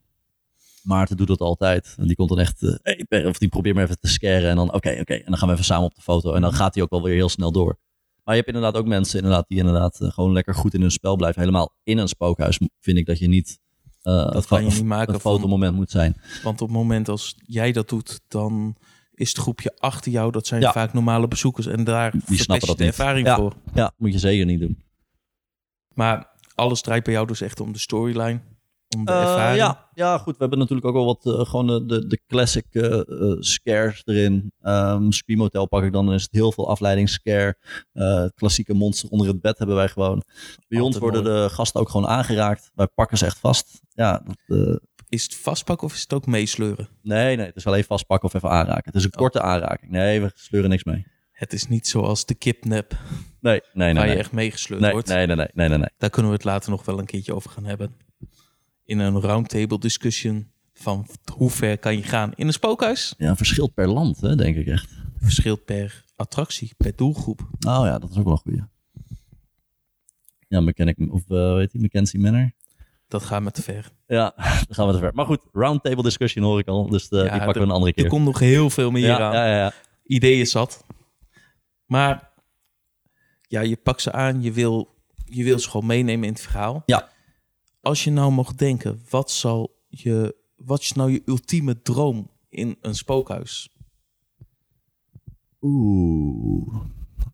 [SPEAKER 2] Maarten doet dat altijd. En die komt dan echt, eh, hey, Per, of die probeert me even te scaren. En dan, oké, oké. En dan gaan we even samen op de foto. En dan gaat hij ook wel weer heel snel door. Maar je hebt inderdaad ook mensen inderdaad, die inderdaad eh, gewoon lekker goed in hun spel blijven. Helemaal in een spookhuis vind ik dat je niet... eh,
[SPEAKER 1] Dat
[SPEAKER 2] fo-
[SPEAKER 1] kan je niet maken.
[SPEAKER 2] een
[SPEAKER 1] Van,
[SPEAKER 2] fotomoment moet zijn.
[SPEAKER 1] Want op het moment als jij dat doet, dan is het groepje achter jou, dat zijn
[SPEAKER 2] Ja.
[SPEAKER 1] vaak normale bezoekers. En daar verpest
[SPEAKER 2] snappen
[SPEAKER 1] je
[SPEAKER 2] dat
[SPEAKER 1] de
[SPEAKER 2] niet.
[SPEAKER 1] ervaring
[SPEAKER 2] Ja.
[SPEAKER 1] voor.
[SPEAKER 2] Ja, moet je zeker niet doen.
[SPEAKER 1] Maar alles draait bij jou dus echt om de storyline, om de ervaring.
[SPEAKER 2] Eh, ja, ja, goed. We hebben natuurlijk ook wel wat eh, gewoon eh, de, de classic eh, eh, scares erin. Ehm Scream Hotel pak ik dan. Dan is het heel veel afleidingsscare. Eh klassieke monster onder het bed hebben wij gewoon. Bij
[SPEAKER 1] Altijd
[SPEAKER 2] ons worden
[SPEAKER 1] mooi.
[SPEAKER 2] de gasten ook gewoon aangeraakt. Wij pakken ze echt vast. Ja, dat, eh,
[SPEAKER 1] Is het vastpakken of is het ook meesleuren?
[SPEAKER 2] nee, nee. Het is alleen vastpakken of even aanraken. Het is
[SPEAKER 1] Oh.
[SPEAKER 2] een korte aanraking. Nee, we sleuren niks mee.
[SPEAKER 1] Het is niet zoals de kidnap,
[SPEAKER 2] Nee, nee, nee.
[SPEAKER 1] waar
[SPEAKER 2] nee.
[SPEAKER 1] je echt meegesleurd
[SPEAKER 2] Nee,
[SPEAKER 1] wordt.
[SPEAKER 2] nee, nee, nee, nee, nee, nee.
[SPEAKER 1] Daar kunnen we het later nog wel een keertje over gaan hebben. In een roundtable discussion van hoe ver kan je gaan in een spookhuis.
[SPEAKER 2] Ja, verschilt per land, hè, denk ik echt.
[SPEAKER 1] Verschilt per attractie, per doelgroep.
[SPEAKER 2] Nou ja, dat is ook wel een goeie. Ja, mechanic, of eh weet je, Mackenzie Manor.
[SPEAKER 1] Dat gaat me te ver.
[SPEAKER 2] Ja, dan gaan we te ver. Maar goed, roundtable discussion hoor ik al. Dus eh, die pakken
[SPEAKER 1] er-
[SPEAKER 2] we een andere keer.
[SPEAKER 1] Er komt nog heel veel meer
[SPEAKER 2] ja,
[SPEAKER 1] aan.
[SPEAKER 2] ja, ja, ja.
[SPEAKER 1] ideeën zat. Maar ja, je pakt ze aan, je wil, je wil ze gewoon meenemen in het verhaal.
[SPEAKER 2] Ja.
[SPEAKER 1] Als je nou mag denken, wat, zal je, wat is nou je ultieme droom in een spookhuis?
[SPEAKER 2] Oeh.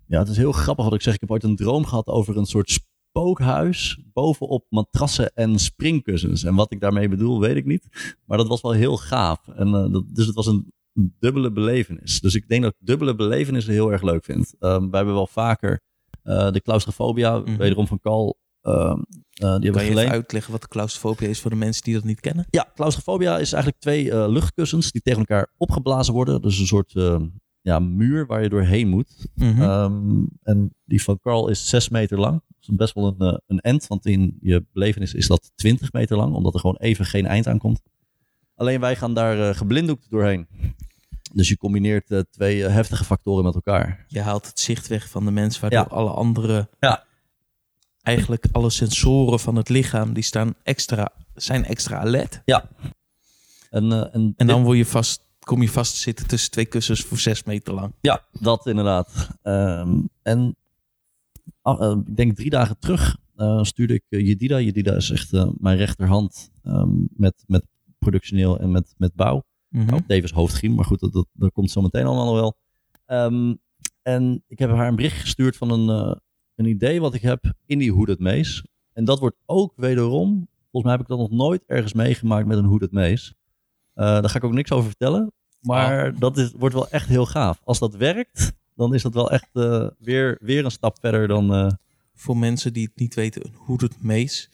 [SPEAKER 2] Ja, het is heel grappig wat ik zeg. Ik heb ooit een droom gehad over een soort spookhuis bovenop matrassen en springkussens. En wat ik daarmee bedoel, weet ik niet. Maar dat was wel heel gaaf. En, eh, dat, dus het was een dubbele belevenis. Dus ik denk dat ik dubbele belevenissen heel erg leuk vind. Ehm, wij hebben wel vaker eh, de claustrofobia,
[SPEAKER 1] Mhm.
[SPEAKER 2] wederom van Carl, ehm, eh, die hebben we
[SPEAKER 1] Kan je
[SPEAKER 2] geleend.
[SPEAKER 1] even uitleggen wat claustrofobie is voor de mensen die dat niet kennen?
[SPEAKER 2] Ja, claustrofobia is eigenlijk twee eh, luchtkussens die tegen elkaar opgeblazen worden. Dus een soort eh, ja, muur waar je doorheen moet.
[SPEAKER 1] Uh-huh.
[SPEAKER 2] Ehm, en die van Carl is 6 meter lang. Dat is best wel een, eh, een end, want in je belevenis is dat 20 meter lang, omdat er gewoon even geen eind aan komt. Alleen wij gaan daar eh, geblinddoekt doorheen. Dus je combineert eh, twee eh, heftige factoren met elkaar.
[SPEAKER 1] Je haalt het zicht weg van de mens, waardoor
[SPEAKER 2] Ja.
[SPEAKER 1] alle andere,
[SPEAKER 2] Ja.
[SPEAKER 1] eigenlijk alle sensoren van het lichaam, die staan extra, zijn extra alert.
[SPEAKER 2] En, eh, en,
[SPEAKER 1] En dan word je vast, kom je vast te zitten tussen twee kussens voor zes meter lang.
[SPEAKER 2] Ja, dat inderdaad. Ehm, en ah, eh, ik denk drie dagen terug eh, stuurde ik eh, Jedida. Jedida is echt eh, mijn rechterhand ehm, met, met productioneel en met, met bouw.
[SPEAKER 1] Mhm.
[SPEAKER 2] Nou, tevens hoofdgriem, maar goed, dat, dat, dat komt zo meteen allemaal nog wel. Ehm, en ik heb haar een bericht gestuurd van een, eh, een idee wat ik heb in die Hoed het Mees. En dat wordt ook wederom, volgens mij heb ik dat nog nooit ergens meegemaakt met een Hoed het Mees. Eh, daar ga ik ook niks over vertellen. Maar
[SPEAKER 1] Oh.
[SPEAKER 2] dat is, wordt wel echt heel gaaf. Als dat werkt, dan is dat wel echt eh, weer, weer een stap verder dan. eh,
[SPEAKER 1] voor mensen die het niet weten, een hoeded mees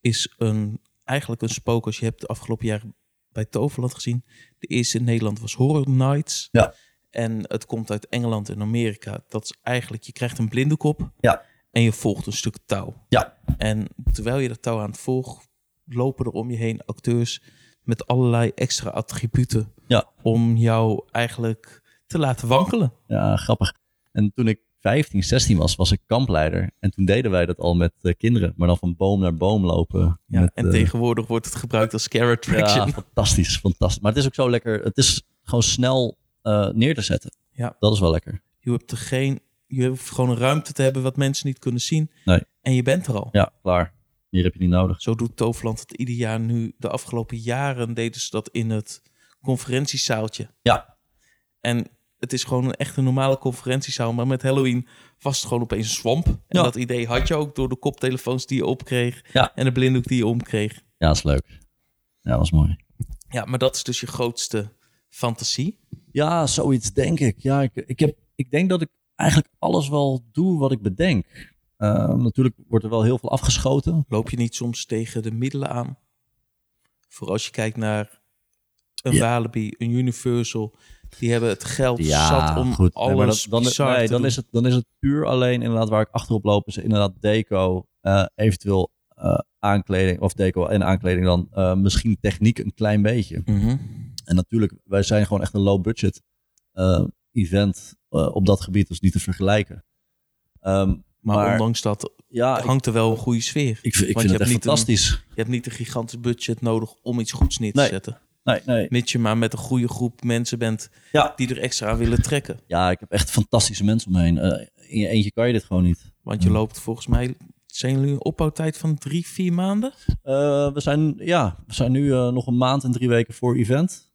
[SPEAKER 1] is een, eigenlijk een spook als je hebt de afgelopen jaren bij Toverland gezien. De eerste in Nederland was Horror Nights.
[SPEAKER 2] Ja.
[SPEAKER 1] En het komt uit Engeland en Amerika. Dat is eigenlijk, je krijgt een blinde kop
[SPEAKER 2] Ja.
[SPEAKER 1] en je volgt een stuk touw.
[SPEAKER 2] Ja.
[SPEAKER 1] En terwijl je dat touw aan het volgen, lopen er om je heen acteurs met allerlei extra attributen.
[SPEAKER 2] Ja.
[SPEAKER 1] Om jou eigenlijk te laten wankelen.
[SPEAKER 2] Ja, grappig. En toen ik 15, 16 was, was ik kampleider. En toen deden wij dat al met eh, kinderen. Maar dan van boom naar boom lopen.
[SPEAKER 1] Ja,
[SPEAKER 2] met,
[SPEAKER 1] en
[SPEAKER 2] eh,
[SPEAKER 1] tegenwoordig wordt het gebruikt als scare attraction.
[SPEAKER 2] Ja, fantastisch, fantastisch. Maar het is ook zo lekker. Het is gewoon snel eh, neer te zetten.
[SPEAKER 1] Ja.
[SPEAKER 2] Dat is wel lekker.
[SPEAKER 1] Je hebt er geen. Je hoeft gewoon een ruimte te hebben wat mensen niet kunnen zien.
[SPEAKER 2] Nee.
[SPEAKER 1] En je bent er al.
[SPEAKER 2] Ja, klaar. Meer heb je niet nodig.
[SPEAKER 1] Zo doet Toverland het ieder jaar nu. De afgelopen jaren deden ze dat in het conferentiezaaltje.
[SPEAKER 2] Ja.
[SPEAKER 1] En het is gewoon een echt een normale conferentiezaal. Maar met Halloween was het gewoon opeens een swamp. En
[SPEAKER 2] Ja.
[SPEAKER 1] dat idee had je ook door de koptelefoons die je opkreeg.
[SPEAKER 2] Ja.
[SPEAKER 1] En de blinddoek die je omkreeg.
[SPEAKER 2] Ja, is leuk. Ja, was mooi.
[SPEAKER 1] Ja, maar dat is dus je grootste fantasie.
[SPEAKER 2] Ja, zoiets denk ik. Ja, ik, ik, heb, ik denk dat ik eigenlijk alles wel doe wat ik bedenk. Ehm, natuurlijk wordt er wel heel veel afgeschoten.
[SPEAKER 1] Loop je niet soms tegen de middelen aan? Voor als je kijkt naar een
[SPEAKER 2] Ja.
[SPEAKER 1] Walibi, een Universal. Die hebben het geld zat om
[SPEAKER 2] Nee, maar
[SPEAKER 1] alles
[SPEAKER 2] dan, dan,
[SPEAKER 1] bizar
[SPEAKER 2] nee,
[SPEAKER 1] te
[SPEAKER 2] dan,
[SPEAKER 1] doen.
[SPEAKER 2] is het, dan is het puur alleen inderdaad waar ik achterop loop. Is inderdaad deco, eh, eventueel eh, aankleding of deco en aankleding dan. eh, misschien techniek een klein beetje.
[SPEAKER 1] Mhm.
[SPEAKER 2] En natuurlijk, wij zijn gewoon echt een low budget eh, event eh, op dat gebied. Dus niet te vergelijken. Ehm,
[SPEAKER 1] Maar,
[SPEAKER 2] Maar-
[SPEAKER 1] ondanks dat
[SPEAKER 2] ja, ik,
[SPEAKER 1] hangt er wel een goede sfeer.
[SPEAKER 2] ik, vind- ik
[SPEAKER 1] want je
[SPEAKER 2] vind het
[SPEAKER 1] hebt
[SPEAKER 2] echt
[SPEAKER 1] niet een-
[SPEAKER 2] fantastisch.
[SPEAKER 1] Je hebt niet een gigantisch budget nodig om iets goeds neer te
[SPEAKER 2] Nee.
[SPEAKER 1] zetten.
[SPEAKER 2] Nee, nee.
[SPEAKER 1] Mits je maar met een goede groep mensen bent
[SPEAKER 2] Ja.
[SPEAKER 1] die er extra aan willen trekken.
[SPEAKER 2] Ja, ik heb echt fantastische mensen omheen. Eh, in je eentje kan je dit gewoon niet.
[SPEAKER 1] Want je
[SPEAKER 2] Ja.
[SPEAKER 1] loopt volgens mij... Zijn jullie een opbouwtijd van drie, vier maanden?
[SPEAKER 2] Eh, we, zijn, ja, we zijn nu eh, nog een maand en drie weken voor event.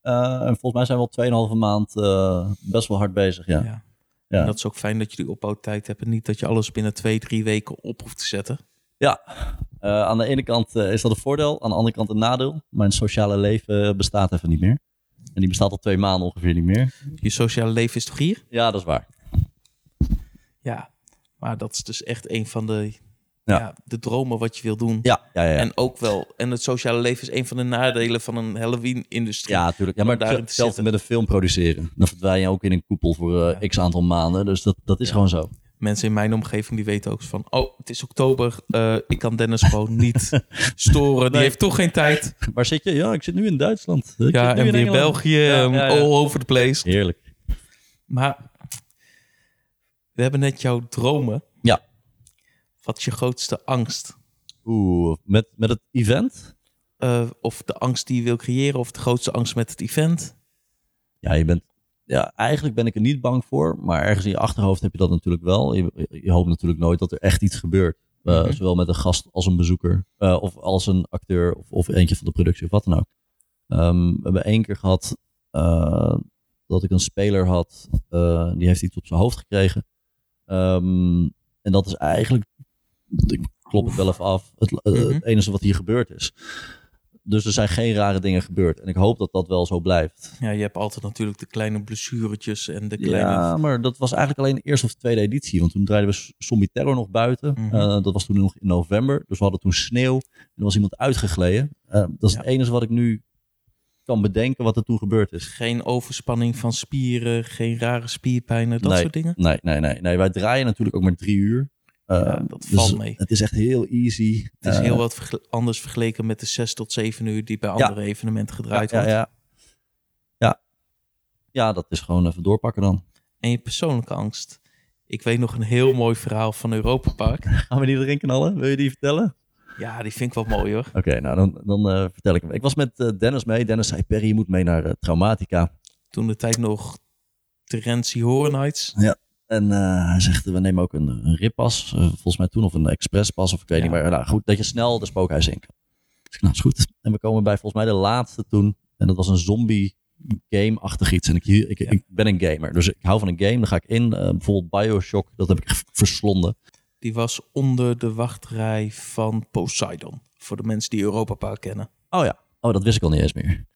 [SPEAKER 2] Eh, en volgens mij zijn we al tweeënhalve maand eh, best wel hard bezig. Ja.
[SPEAKER 1] Ja.
[SPEAKER 2] Ja.
[SPEAKER 1] En dat is ook fijn dat je die opbouwtijd hebt en niet dat je alles binnen twee, drie weken op hoeft te zetten.
[SPEAKER 2] Eh, aan de ene kant eh, is dat een voordeel, aan de andere kant een nadeel. Mijn sociale leven bestaat even niet meer. En die bestaat al twee maanden ongeveer niet meer.
[SPEAKER 1] Je sociale leven is toch hier?
[SPEAKER 2] Ja, dat is waar.
[SPEAKER 1] Ja. Maar dat is dus echt een van de, ja.
[SPEAKER 2] Ja.
[SPEAKER 1] de dromen wat je wil doen.
[SPEAKER 2] Ja, ja, ja.
[SPEAKER 1] En ook wel, en het sociale leven is een van de nadelen van een Halloween-industrie.
[SPEAKER 2] ja, natuurlijk. Ja, maar
[SPEAKER 1] Om daarin te
[SPEAKER 2] hetzelfde
[SPEAKER 1] zitten.
[SPEAKER 2] met een film produceren. Dan verdwijn je ook in een koepel voor eh,
[SPEAKER 1] Ja.
[SPEAKER 2] x aantal maanden. Dus dat, dat is gewoon zo.
[SPEAKER 1] Mensen in mijn omgeving die weten ook van, oh, het is oktober, eh, ik kan Dennis gewoon niet storen. Die
[SPEAKER 2] Nee.
[SPEAKER 1] heeft toch geen tijd.
[SPEAKER 2] Waar zit je? Ja, ik zit nu in Duitsland. Ik
[SPEAKER 1] Ja,
[SPEAKER 2] zit nu
[SPEAKER 1] en
[SPEAKER 2] in
[SPEAKER 1] weer
[SPEAKER 2] Engeland.
[SPEAKER 1] België,
[SPEAKER 2] Ja,
[SPEAKER 1] ehm,
[SPEAKER 2] ja, ja.
[SPEAKER 1] all over the place.
[SPEAKER 2] Heerlijk.
[SPEAKER 1] Maar we hebben net jouw dromen.
[SPEAKER 2] Ja.
[SPEAKER 1] Wat is je grootste angst?
[SPEAKER 2] Oeh, met, met het event?
[SPEAKER 1] Eh, of de angst die je wil creëren, of de grootste angst met het event?
[SPEAKER 2] Ja, je bent, ja, eigenlijk ben ik er niet bang voor, maar ergens in je achterhoofd heb je dat natuurlijk wel. Je, je hoopt natuurlijk nooit dat er echt iets gebeurt. Eh,
[SPEAKER 1] Mhm.
[SPEAKER 2] Zowel met een gast als een bezoeker, eh, of als een acteur, of, of eentje van de productie, of wat dan ook. Ehm, we hebben één keer gehad eh, dat ik een speler had, eh, die heeft iets op zijn hoofd gekregen. Ehm, en dat is eigenlijk, ik klop het wel even af, het, eh,
[SPEAKER 1] Mhm.
[SPEAKER 2] het enige wat hier gebeurd is. Dus er zijn geen rare dingen gebeurd. En ik hoop dat dat wel zo blijft.
[SPEAKER 1] Ja, je hebt altijd natuurlijk de kleine blessuretjes en de kleine...
[SPEAKER 2] Ja, maar dat was eigenlijk alleen de eerste of tweede editie. Want toen draaiden we Zombie Terror nog buiten.
[SPEAKER 1] Mhm.
[SPEAKER 2] Eh, dat was toen nog in november. Dus we hadden toen sneeuw. En er was iemand uitgegleden. Eh, dat is
[SPEAKER 1] Ja.
[SPEAKER 2] het enige wat ik nu kan bedenken wat er toen gebeurd is.
[SPEAKER 1] Geen overspanning van spieren, geen rare spierpijnen, dat
[SPEAKER 2] Nee.
[SPEAKER 1] soort dingen.
[SPEAKER 2] Nee, nee, nee, nee. Wij draaien natuurlijk ook maar drie uur. Eh,
[SPEAKER 1] Ja, dat
[SPEAKER 2] dus
[SPEAKER 1] valt mee.
[SPEAKER 2] Het is echt heel easy. Eh,
[SPEAKER 1] Het is heel wat vergel- anders vergeleken met de 6 tot 7 uur die bij
[SPEAKER 2] Ja.
[SPEAKER 1] andere evenementen gedraaid
[SPEAKER 2] ja,
[SPEAKER 1] wordt.
[SPEAKER 2] ja. ja. Ja, dat is gewoon even doorpakken dan.
[SPEAKER 1] En je persoonlijke angst. Ik weet nog een heel mooi verhaal van Europa Park.
[SPEAKER 2] Gaan we die erin knallen? Wil je die vertellen?
[SPEAKER 1] Ja, die vind ik wel mooi hoor.
[SPEAKER 2] Oké, nou dan, dan eh, vertel ik hem. Ik was met eh, Dennis mee. Dennis zei, Perry, je moet mee naar eh, Traumatica.
[SPEAKER 1] Toen de tijd nog Terentie Hornites.
[SPEAKER 2] En eh, hij zegt, we nemen ook een, een rippas, eh, volgens mij toen, of een expresspas, of ik weet
[SPEAKER 1] Ja.
[SPEAKER 2] niet meer. Nou goed, dat je snel de spookhuis in kan. Dus ik, nou is goed. En we komen bij volgens mij de laatste toen. En dat was een zombie game-achtig iets. En ik, ik,
[SPEAKER 1] Ja.
[SPEAKER 2] ik ben een gamer, dus ik hou van een game. Dan ga ik in, eh, bijvoorbeeld Bioshock, dat heb ik echt verslonden.
[SPEAKER 1] Die was onder de wachtrij van Poseidon. Voor de mensen die Europa Park kennen.
[SPEAKER 2] Oh ja, oh dat wist ik al niet eens meer.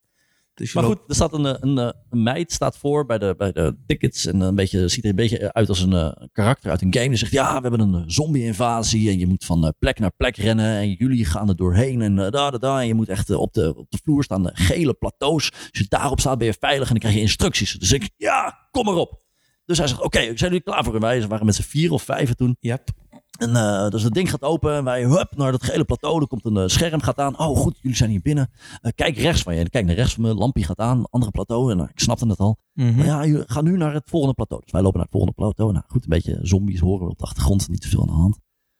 [SPEAKER 1] Dus je
[SPEAKER 2] Maar
[SPEAKER 1] loopt-
[SPEAKER 2] goed, er staat een, eh, een, eh, een meid staat voor bij de, bij de tickets. En eh, een beetje, ziet er een beetje uit als een eh, karakter uit een game. Die zegt, ja, we hebben een eh, zombie-invasie. En je moet van eh, plek naar plek rennen. En jullie gaan er doorheen. En eh, da, da, da. En je moet echt eh, op, de, op de vloer staan. eh, gele plateaus. Als je daarop staat, ben je veilig. En dan krijg je instructies. Dus ik, ja, kom maar op. Dus hij zegt, oké, zijn jullie klaar voor? En wij waren met z'n vier of vijven toen.
[SPEAKER 1] Yep.
[SPEAKER 2] En, eh, dus het ding gaat open en wij hup naar dat gele plateau. Er komt een eh, scherm gaat aan. Oh goed, jullie zijn hier binnen. Eh, kijk rechts van je. En ik kijk naar rechts van me. Lampje gaat aan. Andere plateau. En eh, ik snapte het al.
[SPEAKER 1] Mhm.
[SPEAKER 2] Maar ja, jullie gaan nu naar het volgende plateau. Dus wij lopen naar het volgende plateau. Nou goed, een beetje zombies horen we op de achtergrond. Niet te veel aan de hand.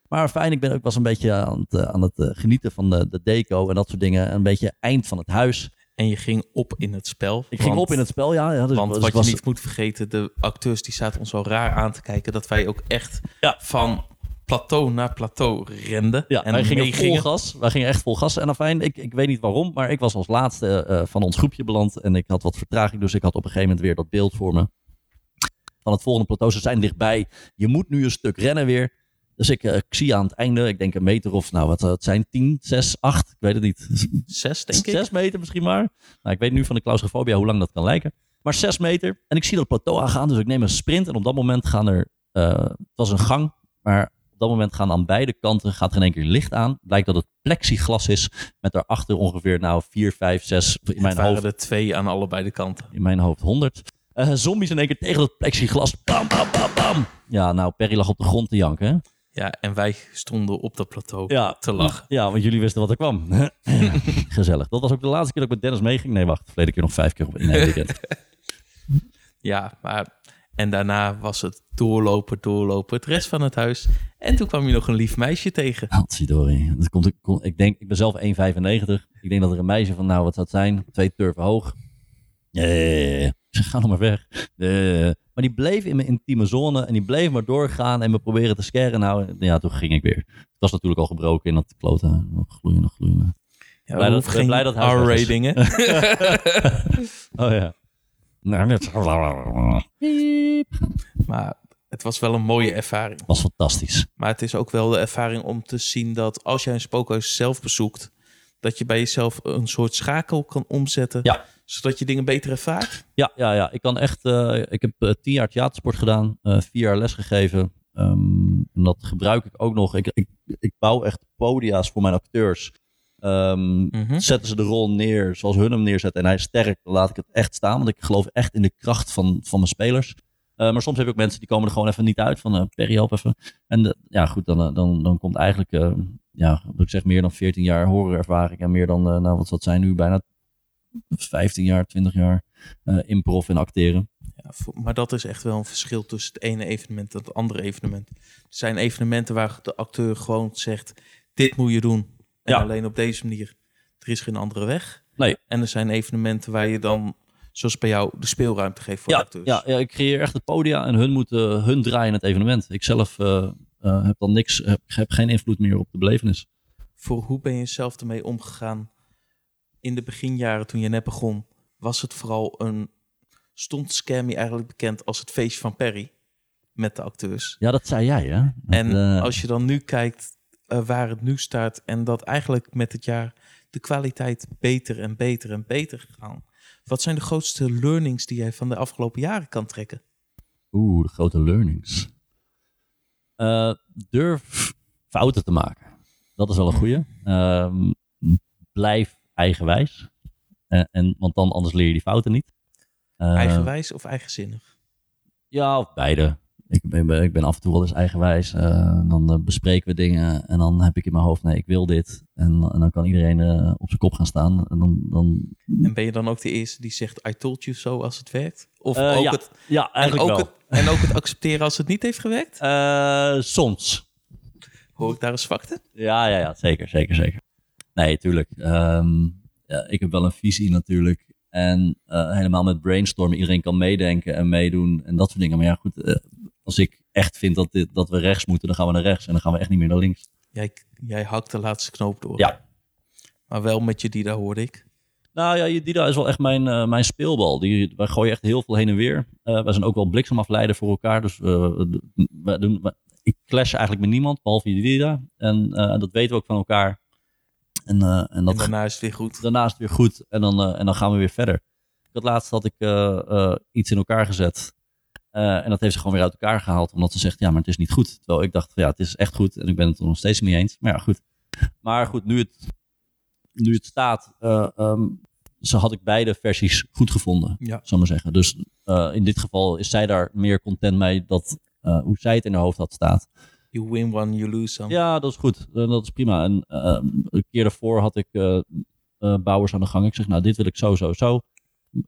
[SPEAKER 2] Maar fijn, ik ben ook was een beetje aan het, eh, aan het eh, genieten van de, de deco en dat soort dingen. En Een beetje eind van het huis.
[SPEAKER 1] En je ging op in het spel.
[SPEAKER 2] Ik ging op in het spel, ja. ja dus,
[SPEAKER 1] Want
[SPEAKER 2] dus
[SPEAKER 1] wat
[SPEAKER 2] ik was-
[SPEAKER 1] je niet moet vergeten, de acteurs die zaten ons wel raar aan te kijken. Dat wij ook echt
[SPEAKER 2] Ja.
[SPEAKER 1] van plateau naar plateau renden.
[SPEAKER 2] Ja, wij gingen
[SPEAKER 1] meegingen.
[SPEAKER 2] vol gas. Wij gingen echt vol gas. En afijn, ik, ik weet niet waarom, maar ik was als laatste eh, van ons groepje beland. En ik had wat vertraging, dus ik had op een gegeven moment weer dat beeld voor me. Van het volgende plateau, ze zijn dichtbij. Je moet nu een stuk rennen weer. Dus ik, eh, ik zie aan het einde, ik denk een meter of, nou wat eh, het zijn, 10, 6, 8, ik weet het niet.
[SPEAKER 1] Zes, denk ik.
[SPEAKER 2] 6 meter misschien maar. Nou, ik weet nu van de claustrofobia hoe lang dat kan lijken. Maar 6 meter. En ik zie dat plateau aangaan, dus ik neem een sprint. En op dat moment gaan er... eh, het was een gang, maar op dat moment gaan aan beide kanten gaat geen één keer licht aan. Blijkt dat het plexiglas is met daarachter ongeveer nou 4, 5, 6... In
[SPEAKER 1] Het
[SPEAKER 2] mijn
[SPEAKER 1] waren
[SPEAKER 2] hoofd
[SPEAKER 1] er twee aan allebei de kanten.
[SPEAKER 2] in mijn hoofd 100. Eh, zombies in één keer tegen dat plexiglas. Bam, bam, bam, bam. Ja, nou, Perry lag op de grond te janken. Hè?
[SPEAKER 1] Ja, en wij stonden op dat plateau
[SPEAKER 2] Ja.
[SPEAKER 1] te lachen.
[SPEAKER 2] Ja, want jullie wisten wat er kwam. Gezellig. Dat was ook de laatste keer dat ik met Dennis meeging. Nee, wacht. Verleden keer nog vijf keer op in één weekend.
[SPEAKER 1] Ja, maar... En daarna was het doorlopen, doorlopen, het rest van het huis. En toen kwam je nog een lief meisje tegen.
[SPEAKER 2] Hatsidorie. Ah, Dat komt, kom- ik, denk, ik ben zelf 1,95. Ik denk dat er een meisje van, nou, wat zou het zijn? Twee turven hoog. Nee, ze gaan nog maar weg. Nee. Maar die bleef in mijn intieme zone en die bleef maar doorgaan en me proberen te scannen. Nou, ja, toen ging ik weer. Het was natuurlijk al gebroken in dat klote. Nog gloeien, nog gloeien.
[SPEAKER 1] Ja,
[SPEAKER 2] Blij
[SPEAKER 1] we
[SPEAKER 2] dat-
[SPEAKER 1] hoeven geen
[SPEAKER 2] blij dat huis weg is.
[SPEAKER 1] R-rating, hè?
[SPEAKER 2] Oh ja. Nou, net.
[SPEAKER 1] Maar het was wel een mooie ervaring.
[SPEAKER 2] was fantastisch.
[SPEAKER 1] Maar het is ook wel de ervaring om te zien dat als jij een spookhuis zelf bezoekt, dat je bij jezelf een soort schakel kan omzetten,
[SPEAKER 2] Ja.
[SPEAKER 1] zodat je dingen beter ervaart.
[SPEAKER 2] Ja, ja, ja. Ik kan echt. eh, ik heb eh, tien jaar theatersport gedaan, eh, vier jaar lesgegeven. Ehm, en dat gebruik ik ook nog. Ik, ik, ik bouw echt podia's voor mijn acteurs. Ehm, Zetten ze de rol neer zoals hun hem neerzetten en hij is sterk, dan laat ik het echt staan. Want ik geloof echt in de kracht van, van mijn spelers. Eh, maar soms heb ik ook mensen die komen er gewoon even niet uit. Van eh Perry, help even. En de- ja, goed, dan, eh, dan, dan komt eigenlijk, eh, ja, wat ik zeg, meer dan 14 jaar horrorervaring. En meer dan, eh, nou, wat zal het zijn nu? Bijna 15 jaar, 20 jaar eh, improv en acteren.
[SPEAKER 1] Ja, voor- maar dat is echt wel een verschil tussen het ene evenement en het andere evenement. Er zijn evenementen waar de acteur gewoon zegt, dit moet je doen. En
[SPEAKER 2] Ja.
[SPEAKER 1] alleen op deze manier. Er is geen andere weg.
[SPEAKER 2] Nee.
[SPEAKER 1] En er zijn evenementen waar je dan, zoals bij jou, de speelruimte geeft voor de
[SPEAKER 2] Ja,
[SPEAKER 1] acteurs.
[SPEAKER 2] ja, ja, ik creëer echt het podia en hun moeten hun draaien het evenement. Ik zelf eh, eh, heb dan niks, heb, heb geen invloed meer op de belevenis.
[SPEAKER 1] voor hoe ben je zelf ermee omgegaan? In de beginjaren toen je net begon, was het vooral een. Stond Scammy eigenlijk bekend als het feestje van Perry met de acteurs?
[SPEAKER 2] Ja, dat zei jij, hè?
[SPEAKER 1] En
[SPEAKER 2] Eh,
[SPEAKER 1] als je dan nu kijkt eh, waar het nu staat en dat eigenlijk met het jaar de kwaliteit beter en beter en beter gegaan. Wat zijn de grootste learnings die jij van de afgelopen jaren kan trekken?
[SPEAKER 2] Oeh, de grote learnings. Eh, durf fouten te maken. Dat is wel een goede. blijf eigenwijs. Eh, en, want dan anders leer je die fouten niet. Eh,
[SPEAKER 1] Eigenwijs of eigenzinnig?
[SPEAKER 2] Ja, of beide. Ik ben, ik ben af en toe wel eens eigenwijs. eh, dan eh, bespreken we dingen en dan heb ik in mijn hoofd, nee, ik wil dit. En, en dan kan iedereen eh, op zijn kop gaan staan. En dan, dan,
[SPEAKER 1] En ben je dan ook de eerste die zegt: I told you so als het werkt? Of
[SPEAKER 2] Eh,
[SPEAKER 1] ook
[SPEAKER 2] ja,
[SPEAKER 1] het
[SPEAKER 2] ja, eigenlijk
[SPEAKER 1] en ook,
[SPEAKER 2] wel.
[SPEAKER 1] Het, en ook het accepteren als het niet heeft gewerkt?
[SPEAKER 2] Eh, soms.
[SPEAKER 1] Hoor ik daar eens zwakte?
[SPEAKER 2] Ja, ja, ja, zeker, zeker, zeker. Nee, tuurlijk. Ehm, ja, ik heb wel een visie natuurlijk. En eh, helemaal met brainstormen. Iedereen kan meedenken en meedoen en dat soort dingen. Maar ja, goed. eh, als ik echt vind dat, dit, dat we rechts moeten, dan gaan we naar rechts. En dan gaan we echt niet meer naar links.
[SPEAKER 1] Jij, jij hakt de laatste knoop door.
[SPEAKER 2] Ja.
[SPEAKER 1] Maar wel met je die, daar hoorde ik.
[SPEAKER 2] Nou ja, Jedida is wel echt mijn, eh, mijn speelbal. Die, wij gooien echt heel veel heen en weer. Eh, wij zijn ook wel bliksemafleider voor elkaar. Dus eh, we we doen, we- ik clash eigenlijk met niemand, behalve Jedida. En eh, dat weten we ook van elkaar. En, eh, en
[SPEAKER 1] En
[SPEAKER 2] dat
[SPEAKER 1] daarna is het weer goed.
[SPEAKER 2] daarnaast weer goed en dan, eh, en dan gaan we weer verder. Ik had laatst had ik eh, eh, iets in elkaar gezet. Eh, en dat heeft ze gewoon weer uit elkaar gehaald. Omdat ze zegt, ja, maar het is niet goed. Terwijl ik dacht, ja, het is echt goed. En ik ben het er nog steeds niet eens. Maar ja, goed. Maar goed, nu het, nu het staat. eh, ehm, ze had ik beide versies goed gevonden.
[SPEAKER 1] Ja.
[SPEAKER 2] Zal ik maar zeggen. Dus eh, in dit geval is zij daar meer content mee. Dat, eh, hoe zij het in haar hoofd had staat.
[SPEAKER 1] You win one, you lose some.
[SPEAKER 2] Ja, dat is goed. Eh, Dat is prima. En eh, een keer daarvoor had ik eh, eh, bouwers aan de gang. Ik zeg, nou, dit wil ik zo, zo, zo.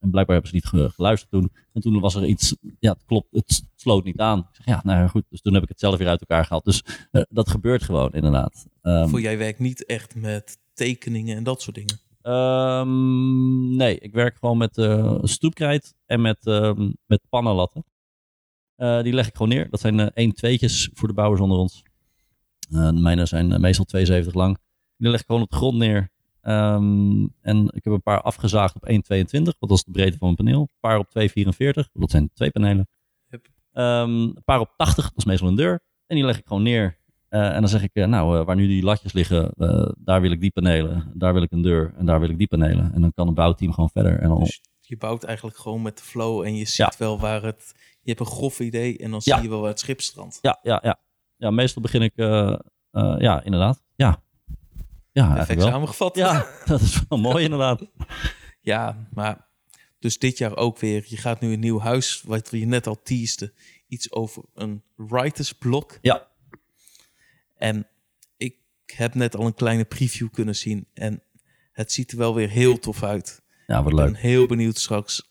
[SPEAKER 2] En blijkbaar hebben ze niet ge- geluisterd toen. En toen was er iets, ja, het klopt, het sloot niet aan. Ik zeg, ja, nou ja, goed. Dus toen heb ik het zelf weer uit elkaar gehaald. Dus eh, dat gebeurt gewoon, inderdaad. Ehm,
[SPEAKER 1] Voor jij werkt niet echt met tekeningen en dat soort dingen.
[SPEAKER 2] ehm, nee, ik werk gewoon met eh stoepkrijt en met, ehm, met pannenlatten. Eh, die leg ik gewoon neer. Dat zijn eh één tweetjes voor de bouwers onder ons. Eh, de mijne zijn eh, meestal 72 lang. Die leg ik gewoon op de grond neer. Ehm, en ik heb een paar afgezaagd op 1,22, want dat is de breedte van een paneel. Een paar op 2,44, dat zijn twee panelen.
[SPEAKER 1] Yep.
[SPEAKER 2] Ehm, een paar op 80, dat is meestal een deur. En die leg ik gewoon neer. Eh, en dan zeg ik, eh, nou, eh, waar nu die latjes liggen, eh, daar wil ik die panelen, daar wil ik een deur en daar wil ik die panelen. En dan kan het bouwteam gewoon verder. En dan
[SPEAKER 1] Dus je bouwt eigenlijk gewoon met de flow en je ziet
[SPEAKER 2] Oh. Ja.
[SPEAKER 1] wel waar het... Je hebt een grof idee en dan
[SPEAKER 2] Ja.
[SPEAKER 1] zie je wel waar het schip strandt.
[SPEAKER 2] Ja, ja, ja. Ja, meestal begin ik... eh, eh, ja, inderdaad. Ja. Ja,
[SPEAKER 1] Perfect
[SPEAKER 2] eigenlijk wel.
[SPEAKER 1] samengevat.
[SPEAKER 2] Ja, dat is wel mooi inderdaad.
[SPEAKER 1] Ja, maar dus dit jaar ook weer. Je gaat nu een nieuw huis, wat we je net al teasten. Iets over een writersblok.
[SPEAKER 2] Ja.
[SPEAKER 1] En ik heb net al een kleine preview kunnen zien. En het ziet er wel weer heel tof uit.
[SPEAKER 2] Ja, wat
[SPEAKER 1] Ik
[SPEAKER 2] leuk.
[SPEAKER 1] ben heel benieuwd straks,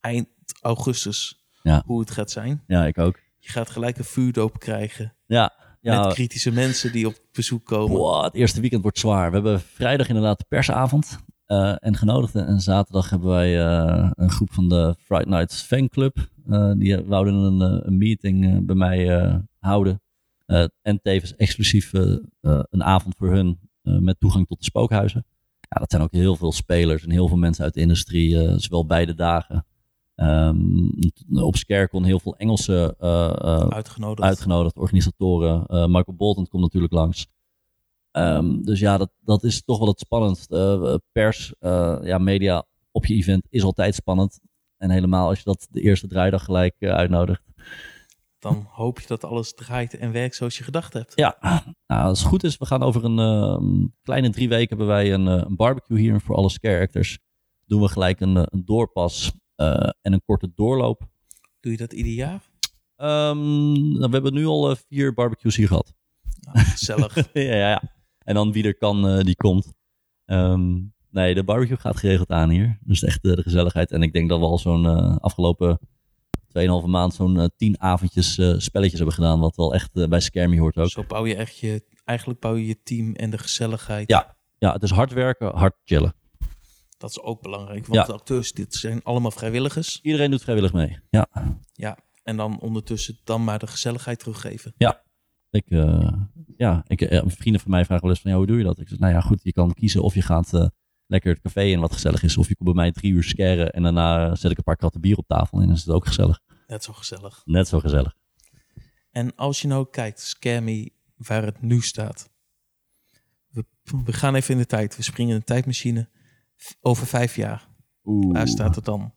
[SPEAKER 1] eind augustus,
[SPEAKER 2] Ja.
[SPEAKER 1] hoe het gaat zijn.
[SPEAKER 2] Ja, ik ook.
[SPEAKER 1] Je gaat gelijk een vuurdoop krijgen
[SPEAKER 2] Ja, ja. eh,
[SPEAKER 1] met kritische mensen die op bezoek komen.
[SPEAKER 2] Wow, het eerste weekend wordt zwaar. We hebben vrijdag inderdaad de persavond eh, en genodigden. En zaterdag hebben wij eh, een groep van de Fright Nights fanclub. Eh, die wouden een, eh, een meeting eh, bij mij eh, houden. Eh, en tevens exclusief eh, eh, een avond voor hun eh, met toegang tot de spookhuizen. Ja, dat zijn ook heel veel spelers en heel veel mensen uit de industrie, eh, zowel beide dagen. Ehm op Scarecon heel veel Engelse eh, eh,
[SPEAKER 1] Uitgenodigd.
[SPEAKER 2] uitgenodigd, organisatoren. Eh, Michael Bolton komt natuurlijk langs. Ehm, dus ja, dat, dat is toch wel het spannendst. Eh, pers, eh, ja, media op je event is altijd spannend. En helemaal als je dat de eerste draaidag gelijk eh, uitnodigt.
[SPEAKER 1] Dan hoop je dat alles draait en werkt zoals je gedacht hebt.
[SPEAKER 2] Ja, nou, als het goed is, we gaan over een eh, kleine drie weken hebben wij een, eh, een barbecue hier voor alle scare actors. Doen we gelijk een, eh, een doorpas eh, en een korte doorloop.
[SPEAKER 1] Doe je dat ieder jaar?
[SPEAKER 2] Ehm, nou, we hebben nu al eh, vier barbecues hier gehad.
[SPEAKER 1] Nou, gezellig.
[SPEAKER 2] ja, ja, ja. En dan wie er kan, eh, die komt. Ehm, nee, de barbecue gaat geregeld aan hier. Dus echt eh, de gezelligheid. En ik denk dat we al zo'n eh, afgelopen 2,5 maand zo'n eh, 10 avondjes eh, spelletjes hebben gedaan. Wat wel echt eh, bij Skermie hoort ook.
[SPEAKER 1] Zo bouw je echt je, eigenlijk bouw je je team en de gezelligheid.
[SPEAKER 2] Ja. Ja, het is hard werken, hard chillen.
[SPEAKER 1] Dat is ook belangrijk, want
[SPEAKER 2] Ja.
[SPEAKER 1] de acteurs, dit zijn allemaal vrijwilligers.
[SPEAKER 2] Iedereen doet vrijwillig mee. Ja,
[SPEAKER 1] Ja, en dan ondertussen dan maar de gezelligheid teruggeven.
[SPEAKER 2] ik, eh, ja, ik, eh, vrienden van mij vragen wel eens van, ja, hoe doe je dat? Ik zeg, nou ja, goed, je kan kiezen of je gaat eh, lekker het café in wat gezellig is. Of je komt bij mij drie uur scaren en daarna eh, zet ik een paar kratten bier op tafel en dan is het ook gezellig.
[SPEAKER 1] Net zo gezellig.
[SPEAKER 2] Net zo gezellig.
[SPEAKER 1] En als je nou kijkt, Scammy, waar het nu staat. We, we gaan even in de tijd. We springen in de tijdmachine. F- Over vijf jaar,
[SPEAKER 2] Oeh.
[SPEAKER 1] waar staat het dan?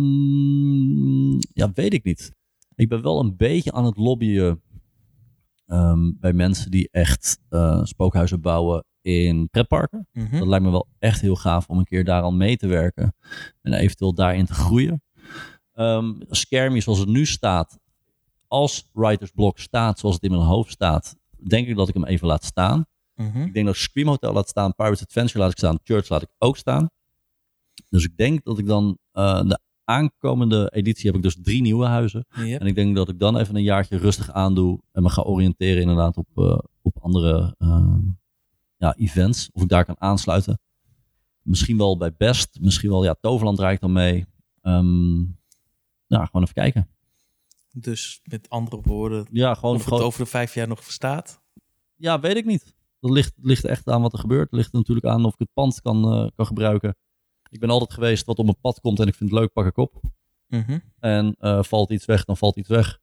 [SPEAKER 2] Ehm, ja, weet ik niet. Ik ben wel een beetje aan het lobbyen ehm, bij mensen die echt eh, spookhuizen bouwen in pretparken.
[SPEAKER 1] Mhm.
[SPEAKER 2] Dat lijkt me wel echt heel gaaf om een keer daar aan mee te werken. En eventueel daarin te groeien. Ehm Skermie zoals het nu staat. Als Writers Block staat zoals het in mijn hoofd staat. Denk ik dat ik hem even laat staan.
[SPEAKER 1] Mhm.
[SPEAKER 2] Ik denk dat ik Scream Hotel laat staan, Pirates Adventure laat ik staan, Church laat ik ook staan. Dus ik denk dat ik dan eh, de aankomende editie heb ik dus drie nieuwe huizen.
[SPEAKER 1] Yep.
[SPEAKER 2] En ik denk dat ik dan even een jaartje rustig aandoe en me ga oriënteren inderdaad op, eh, op andere eh, ja, events. Of ik daar kan aansluiten. Misschien wel bij Best, misschien wel, ja, Toverland draai ik dan mee. Ehm ja, gewoon even kijken.
[SPEAKER 1] Dus met andere woorden,
[SPEAKER 2] Ja, gewoon,
[SPEAKER 1] of het
[SPEAKER 2] gewoon-
[SPEAKER 1] over de vijf jaar nog verstaat.
[SPEAKER 2] Ja, weet ik niet. Dat ligt, ligt echt aan wat er gebeurt. Het ligt natuurlijk aan of ik het pand kan, eh, kan gebruiken. Ik ben altijd geweest wat op mijn pad komt en ik vind het leuk, pak ik op.
[SPEAKER 1] Mhm.
[SPEAKER 2] En eh, valt iets weg, dan valt iets weg.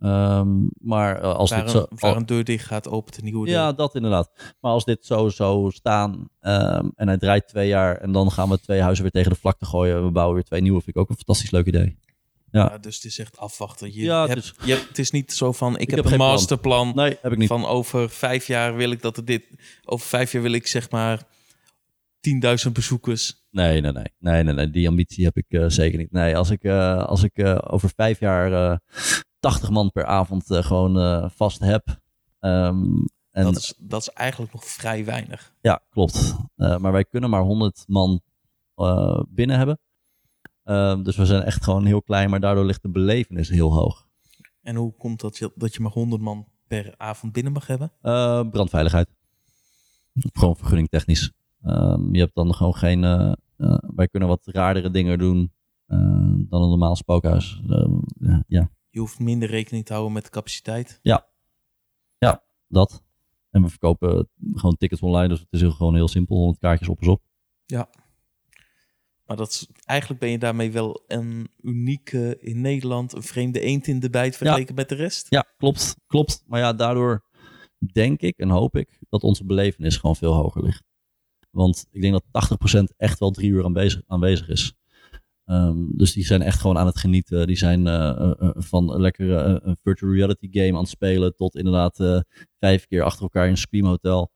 [SPEAKER 2] Ehm, maar eh, als
[SPEAKER 1] Waar
[SPEAKER 2] dit zo...
[SPEAKER 1] een, waar een deur dicht gaat, opent een nieuwe deur.
[SPEAKER 2] Ja, dat inderdaad. Maar als dit zo zou staan ehm, en hij draait twee jaar en dan gaan we twee huizen weer tegen de vlakte gooien en we bouwen weer twee nieuwe, vind ik ook een fantastisch leuk idee.
[SPEAKER 1] Ja, dus het is echt afwachten. Je
[SPEAKER 2] Ja, het
[SPEAKER 1] hebt, je hebt- het is niet zo van, ik, heb,
[SPEAKER 2] heb
[SPEAKER 1] een
[SPEAKER 2] geen plan.
[SPEAKER 1] masterplan.
[SPEAKER 2] Nee, heb ik niet.
[SPEAKER 1] Van over vijf jaar wil ik dat het dit... Over vijf jaar wil ik zeg maar 10.000 bezoekers.
[SPEAKER 2] Nee, nee, nee. Nee, nee, nee. Die ambitie heb ik eh, zeker niet. Nee, als ik, eh, als ik eh, over vijf jaar eh 80 man per avond eh, gewoon eh, vast heb. ehm, en,
[SPEAKER 1] Dat is, dat is eigenlijk nog vrij weinig.
[SPEAKER 2] Ja, klopt. Eh, maar wij kunnen maar 100 man eh, binnen hebben. Ehm, dus we zijn echt gewoon heel klein, maar daardoor ligt de belevenis heel hoog.
[SPEAKER 1] En hoe komt dat je, dat je maar 100 man per avond binnen mag hebben?
[SPEAKER 2] Eh, brandveiligheid. Gewoon vergunningtechnisch. Ehm, je hebt dan gewoon geen. eh, eh, wij kunnen wat raardere dingen doen eh, dan een normaal spookhuis. Ehm, ja, ja,
[SPEAKER 1] Je hoeft minder rekening te houden met de capaciteit.
[SPEAKER 2] dat. En we verkopen gewoon tickets online, dus het is heel- gewoon heel simpel. 100 kaartjes op is op.
[SPEAKER 1] Maar dat is, eigenlijk ben je daarmee wel een unieke in Nederland, een vreemde eend in de bijt vergeleken met de rest.
[SPEAKER 2] Ja, klopt. Klopt. Maar ja, daardoor denk ik en hoop ik dat onze belevenis gewoon veel hoger ligt. Want ik denk dat 80% echt wel drie uur aanwezig, aanwezig is. Ehm, dus die zijn echt gewoon aan het genieten. Die zijn eh, eh, eh, van een lekkere eh, een virtual reality game aan het spelen. Tot inderdaad eh, vijf keer achter elkaar in een Scream Hotel.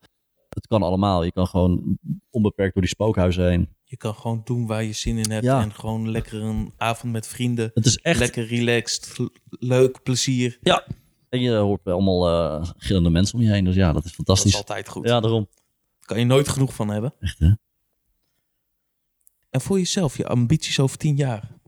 [SPEAKER 2] Het kan allemaal. Je kan gewoon onbeperkt door die spookhuizen heen.
[SPEAKER 1] Je kan gewoon doen waar je zin in hebt
[SPEAKER 2] Ja.
[SPEAKER 1] en gewoon lekker een avond met vrienden.
[SPEAKER 2] Het is echt
[SPEAKER 1] Lekker relaxed, l- leuk, plezier.
[SPEAKER 2] En je hoort wel allemaal eh, gillende mensen om je heen. Dus ja, dat is
[SPEAKER 1] Dat is
[SPEAKER 2] fantastisch.
[SPEAKER 1] altijd goed.
[SPEAKER 2] ja, daarom.
[SPEAKER 1] Kan je nooit genoeg van hebben.
[SPEAKER 2] Echt, hè?
[SPEAKER 1] En voor jezelf, je ambities over tien jaar.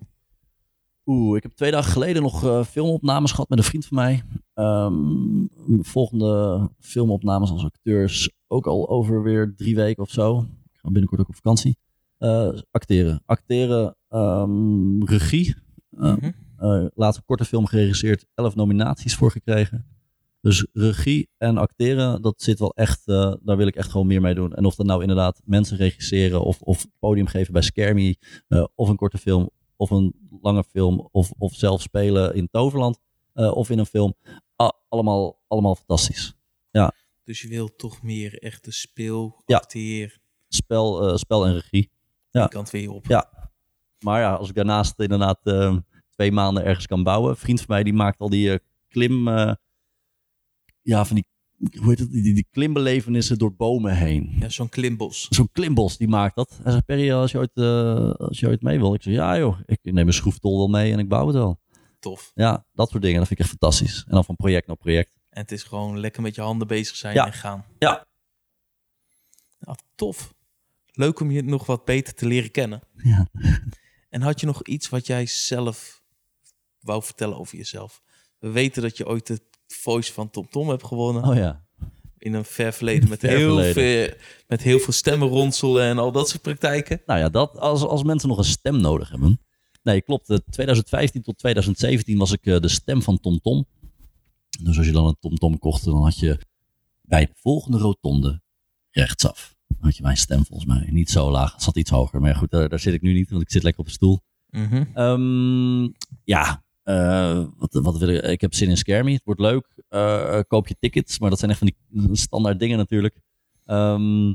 [SPEAKER 2] Oeh, ik heb twee dagen geleden nog eh, filmopnames gehad met een vriend van mij. Ehm, volgende filmopnames als acteurs ook al over weer drie weken of zo. Ik ga binnenkort ook op vakantie. Eh, acteren. Acteren, ehm, regie. Eh,
[SPEAKER 1] Mhm.
[SPEAKER 2] eh, laatst een korte film geregisseerd, elf nominaties voor gekregen. Dus regie en acteren, dat zit wel echt, eh, daar wil ik echt gewoon meer mee doen. En of dat nou inderdaad mensen regisseren of, of podium geven bij Skermie, eh, of een korte film, of een lange film, of, of zelf spelen in Toverland, eh, of in een film. Ah, allemaal, allemaal fantastisch.
[SPEAKER 1] Dus je wilt toch meer echt de speel,
[SPEAKER 2] Ja.
[SPEAKER 1] acteer,
[SPEAKER 2] Spel, eh, spel en regie.
[SPEAKER 1] die
[SPEAKER 2] Ja.
[SPEAKER 1] kant weer op.
[SPEAKER 2] Ja. Maar ja, als ik daarnaast inderdaad eh, twee maanden ergens kan bouwen. Een vriend van mij die maakt al die eh, klim. eh, ja, van die. Hoe heet het? Die, die, die klimbelevenissen door bomen heen.
[SPEAKER 1] Ja, zo'n klimbos.
[SPEAKER 2] Zo'n klimbos die maakt dat. Hij zegt: Perry, als je, ooit, eh, als je ooit mee wil. Ik zeg: Ja, joh. Ik neem een schroeftol wel mee en ik bouw het wel.
[SPEAKER 1] Tof.
[SPEAKER 2] Ja, dat soort dingen. Dat vind ik echt fantastisch. En dan van project naar project.
[SPEAKER 1] En het is gewoon lekker met je handen bezig zijn
[SPEAKER 2] Ja.
[SPEAKER 1] en gaan.
[SPEAKER 2] Ja.
[SPEAKER 1] Nou, tof. Leuk om je nog wat beter te leren kennen.
[SPEAKER 2] Ja.
[SPEAKER 1] En had je nog iets wat jij zelf wou vertellen over jezelf? We weten dat je ooit de voice van Tom Tom hebt gewonnen.
[SPEAKER 2] Oh ja.
[SPEAKER 1] In een ver verleden met,
[SPEAKER 2] Ver
[SPEAKER 1] heel,
[SPEAKER 2] verleden.
[SPEAKER 1] Veel, met heel veel stemmen ronselen en al dat soort praktijken.
[SPEAKER 2] Nou ja, dat, als, als mensen nog een stem nodig hebben. Nee, klopt. Eh, 2015 tot 2017 was ik eh, de stem van TomTom. Dus als je dan een TomTom kocht, dan had je bij de volgende rotonde rechtsaf. Dan had je mijn stem volgens mij. Niet zo laag, het zat iets hoger. Maar ja, goed, daar, daar zit ik nu niet, want ik zit lekker op de stoel.
[SPEAKER 1] Mhm.
[SPEAKER 2] Ehm, ja, eh, wat, wat wil ik? Ik heb zin in Skermie. Het wordt leuk. Eh, koop je tickets, maar dat zijn echt van die standaard dingen natuurlijk. Ehm,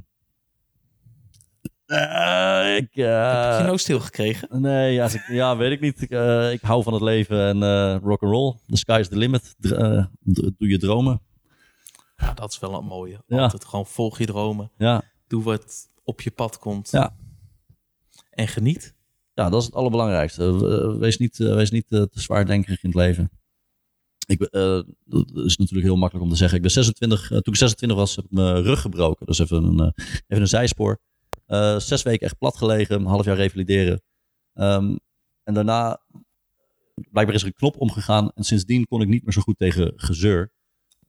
[SPEAKER 2] eh, ik, eh,
[SPEAKER 1] Heb je nou stil gekregen?
[SPEAKER 2] Nee, ja, als ik- ja, weet ik niet. Ik, eh, ik hou van het leven en eh, rock rock'n'roll. The sky is the limit. Dr- eh, d- doe je dromen.
[SPEAKER 1] Ja, dat is wel een mooie.
[SPEAKER 2] Ja.
[SPEAKER 1] Altijd gewoon volg je dromen.
[SPEAKER 2] Ja,
[SPEAKER 1] Doe wat op je pad komt.
[SPEAKER 2] Ja.
[SPEAKER 1] En geniet.
[SPEAKER 2] ja dat is het allerbelangrijkste. Eh, Wees niet, eh, wees niet eh, te zwaardenkerig in het leven. Ik, ben, eh, dat is natuurlijk heel makkelijk om te zeggen. Ik ben 26, eh, toen ik 26 was, heb ik mijn rug gebroken. Dus even een, eh, even een zijspoor. Eh, zes weken echt plat gelegen, een half jaar revalideren. Ehm, en daarna, blijkbaar is er een knop omgegaan. En sindsdien kon ik niet meer zo goed tegen gezeur.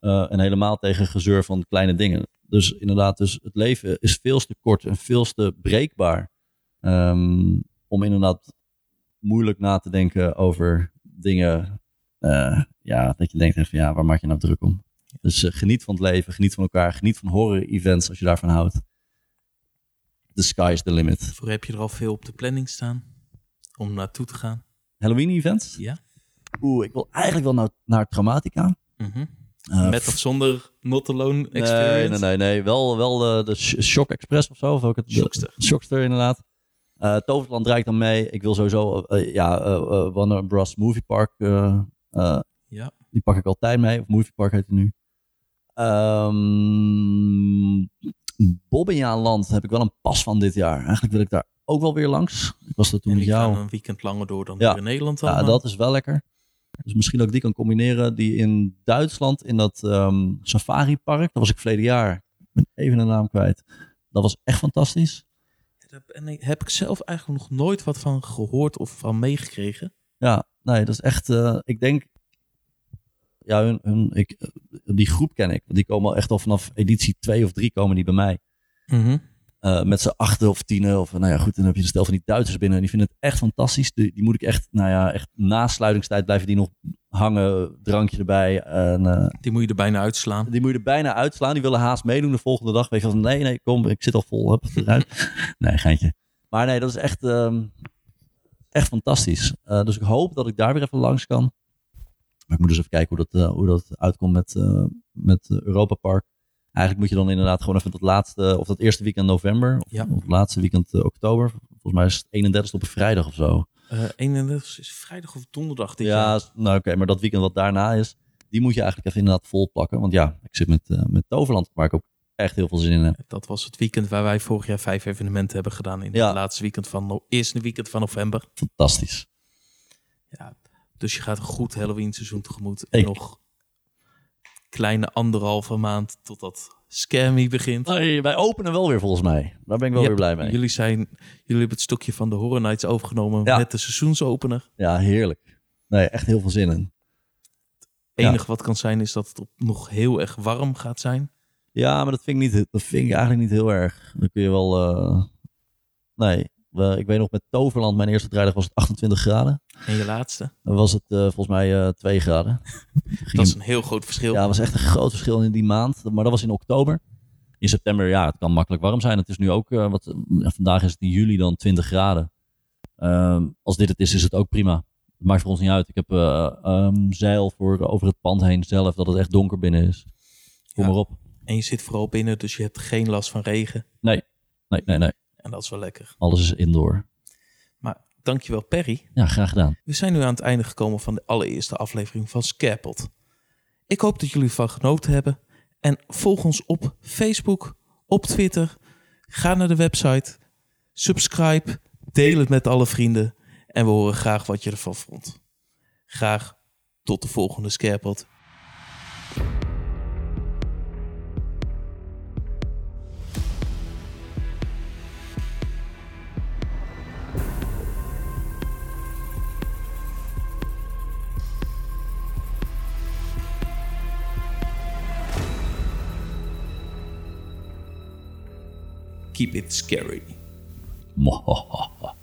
[SPEAKER 2] Eh, en helemaal tegen gezeur van kleine dingen. Dus inderdaad, dus het leven is veel te kort en veel te breekbaar. Ehm, om inderdaad moeilijk na te denken over dingen. eh, ja, dat je denkt even, ja, waar maak je nou druk om? Dus eh, geniet van het leven, geniet van elkaar, geniet van horror-events als je daarvan houdt. The sky is the limit.
[SPEAKER 1] Voor heb je er al veel op de planning staan. Om naartoe te gaan.
[SPEAKER 2] Halloween-events?
[SPEAKER 1] Ja.
[SPEAKER 2] oeh, ik wil eigenlijk wel naar, naar Traumatica.
[SPEAKER 1] Mhm.
[SPEAKER 2] Eh,
[SPEAKER 1] Met of zonder Not Alone Experience?
[SPEAKER 2] Nee, nee, nee, nee. Wel, wel eh, de Sh- Shock Express of zo. Of ook het,
[SPEAKER 1] Shockster.
[SPEAKER 2] de- Shockster, inderdaad. Eh Toverland draait dan mee. Ik wil sowieso, eh, ja, eh eh, Warner Bros. Movie Park. eh, eh,
[SPEAKER 1] Ja.
[SPEAKER 2] Die pak ik altijd mee. Of Movie Park heet het nu. Ehm Bobbejaanland heb ik wel een pas van dit jaar. Eigenlijk wil ik daar ook wel weer langs. Ik was er toen
[SPEAKER 1] En
[SPEAKER 2] met
[SPEAKER 1] die gaan
[SPEAKER 2] jou.
[SPEAKER 1] een weekend langer door dan
[SPEAKER 2] Ja.
[SPEAKER 1] hier in Nederland
[SPEAKER 2] Ja,
[SPEAKER 1] allemaal.
[SPEAKER 2] dat is wel lekker. Dus misschien dat ik die kan combineren. Die in Duitsland, in dat ehm safari-park. Dat was ik verleden jaar. Ik ben even de naam kwijt. Dat was echt fantastisch.
[SPEAKER 1] Daar ben ik- heb ik zelf eigenlijk nog nooit wat van gehoord of van meegekregen.
[SPEAKER 2] Ja, nee, dat is echt... eh, ik denk... Ja, hun, hun, ik, eh, die groep ken ik. Want Die komen al echt al vanaf editie 2 of 3 komen die bij mij. Eh, met z'n achten of tienen. Of, eh, nou ja, goed, dan heb je een stel van die Duitsers binnen. En die vinden het echt fantastisch. Die, die moet ik echt, nou ja, echt na sluitingstijd blijven die nog hangen. Drankje erbij. En, eh,
[SPEAKER 1] Die moet je er bijna uitslaan.
[SPEAKER 2] Die moet je er bijna uitslaan. Die willen haast meedoen de volgende dag. Weet je van, nee, nee, kom, ik zit al vol. Hup, eruit. nee, geintje. Maar nee, dat is echt, ehm, echt fantastisch. Eh, dus ik hoop dat ik daar weer even langs kan. Maar ik moet dus even kijken hoe dat, eh, hoe dat uitkomt met, eh, met eh, Europa Park. Eigenlijk moet je dan inderdaad gewoon even tot laatste, of dat eerste weekend november, of,
[SPEAKER 1] Ja.
[SPEAKER 2] of het laatste weekend eh, oktober. Volgens mij is het 31 op een vrijdag of zo.
[SPEAKER 1] Eh 31 is vrijdag of donderdag dit
[SPEAKER 2] Ja,
[SPEAKER 1] jaar.
[SPEAKER 2] s- nou oké, maar dat weekend wat daarna is, die moet je eigenlijk even inderdaad vol plakken. Want ja, ik zit met, eh, met Toverland, waar ik ook echt heel veel zin in heb.
[SPEAKER 1] Dat was het weekend waar wij vorig jaar vijf evenementen hebben gedaan. In
[SPEAKER 2] Ja.
[SPEAKER 1] het laatste weekend van, no- eerste weekend van november.
[SPEAKER 2] Fantastisch.
[SPEAKER 1] Ja, dus je gaat een goed Halloween seizoen tegemoet.
[SPEAKER 2] Ik-
[SPEAKER 1] En nog kleine anderhalve maand totdat Scammy begint.
[SPEAKER 2] Hey, wij openen wel weer volgens mij. Daar Oh, ben ik wel
[SPEAKER 1] Ja,
[SPEAKER 2] weer blij mee.
[SPEAKER 1] Jullie, zijn, jullie hebben het stukje van de Horror Nights overgenomen
[SPEAKER 2] Ja.
[SPEAKER 1] met de seizoensopener.
[SPEAKER 2] Ja, heerlijk. Nee, echt heel veel zin in.
[SPEAKER 1] Het
[SPEAKER 2] Ja.
[SPEAKER 1] enige wat kan zijn is dat het op- nog heel erg warm gaat zijn.
[SPEAKER 2] Ja, maar dat vind ik, niet, dat vind ik eigenlijk niet heel erg. Dan kun je wel... eh, Nee, we- ik weet nog met Toverland, mijn eerste draaidag was het 28 graden.
[SPEAKER 1] En je laatste.
[SPEAKER 2] Dan was het eh, volgens mij eh 2 graden.
[SPEAKER 1] Dat is een heel groot verschil.
[SPEAKER 2] Ja, het was echt een groot verschil in die maand. Maar dat was in oktober. In september, ja, het kan makkelijk warm zijn. Het is nu ook, eh, wat, ja, vandaag is het in juli dan 20 graden. Ehm, als dit het is, is het ook prima. Het maakt voor ons niet uit. Ik heb eh, ehm, zeil voor over het pand heen zelf, dat het echt donker binnen is. Kom
[SPEAKER 1] Ja.
[SPEAKER 2] maar op.
[SPEAKER 1] En je zit vooral binnen, dus je hebt geen last van regen.
[SPEAKER 2] Nee, nee, nee.
[SPEAKER 1] En dat is wel lekker.
[SPEAKER 2] Alles is indoor.
[SPEAKER 1] Maar dankjewel Perry.
[SPEAKER 2] Ja, graag gedaan.
[SPEAKER 1] We zijn nu aan het einde gekomen van de allereerste aflevering van Scapeld. Ik hoop dat jullie ervan genoten hebben. En volg ons op Facebook, op Twitter. Ga naar de website. Subscribe. Deel het met alle vrienden. En we horen graag wat je ervan vond. Graag tot de volgende Scapeld. Keep it scary.
[SPEAKER 2] Mwahaha.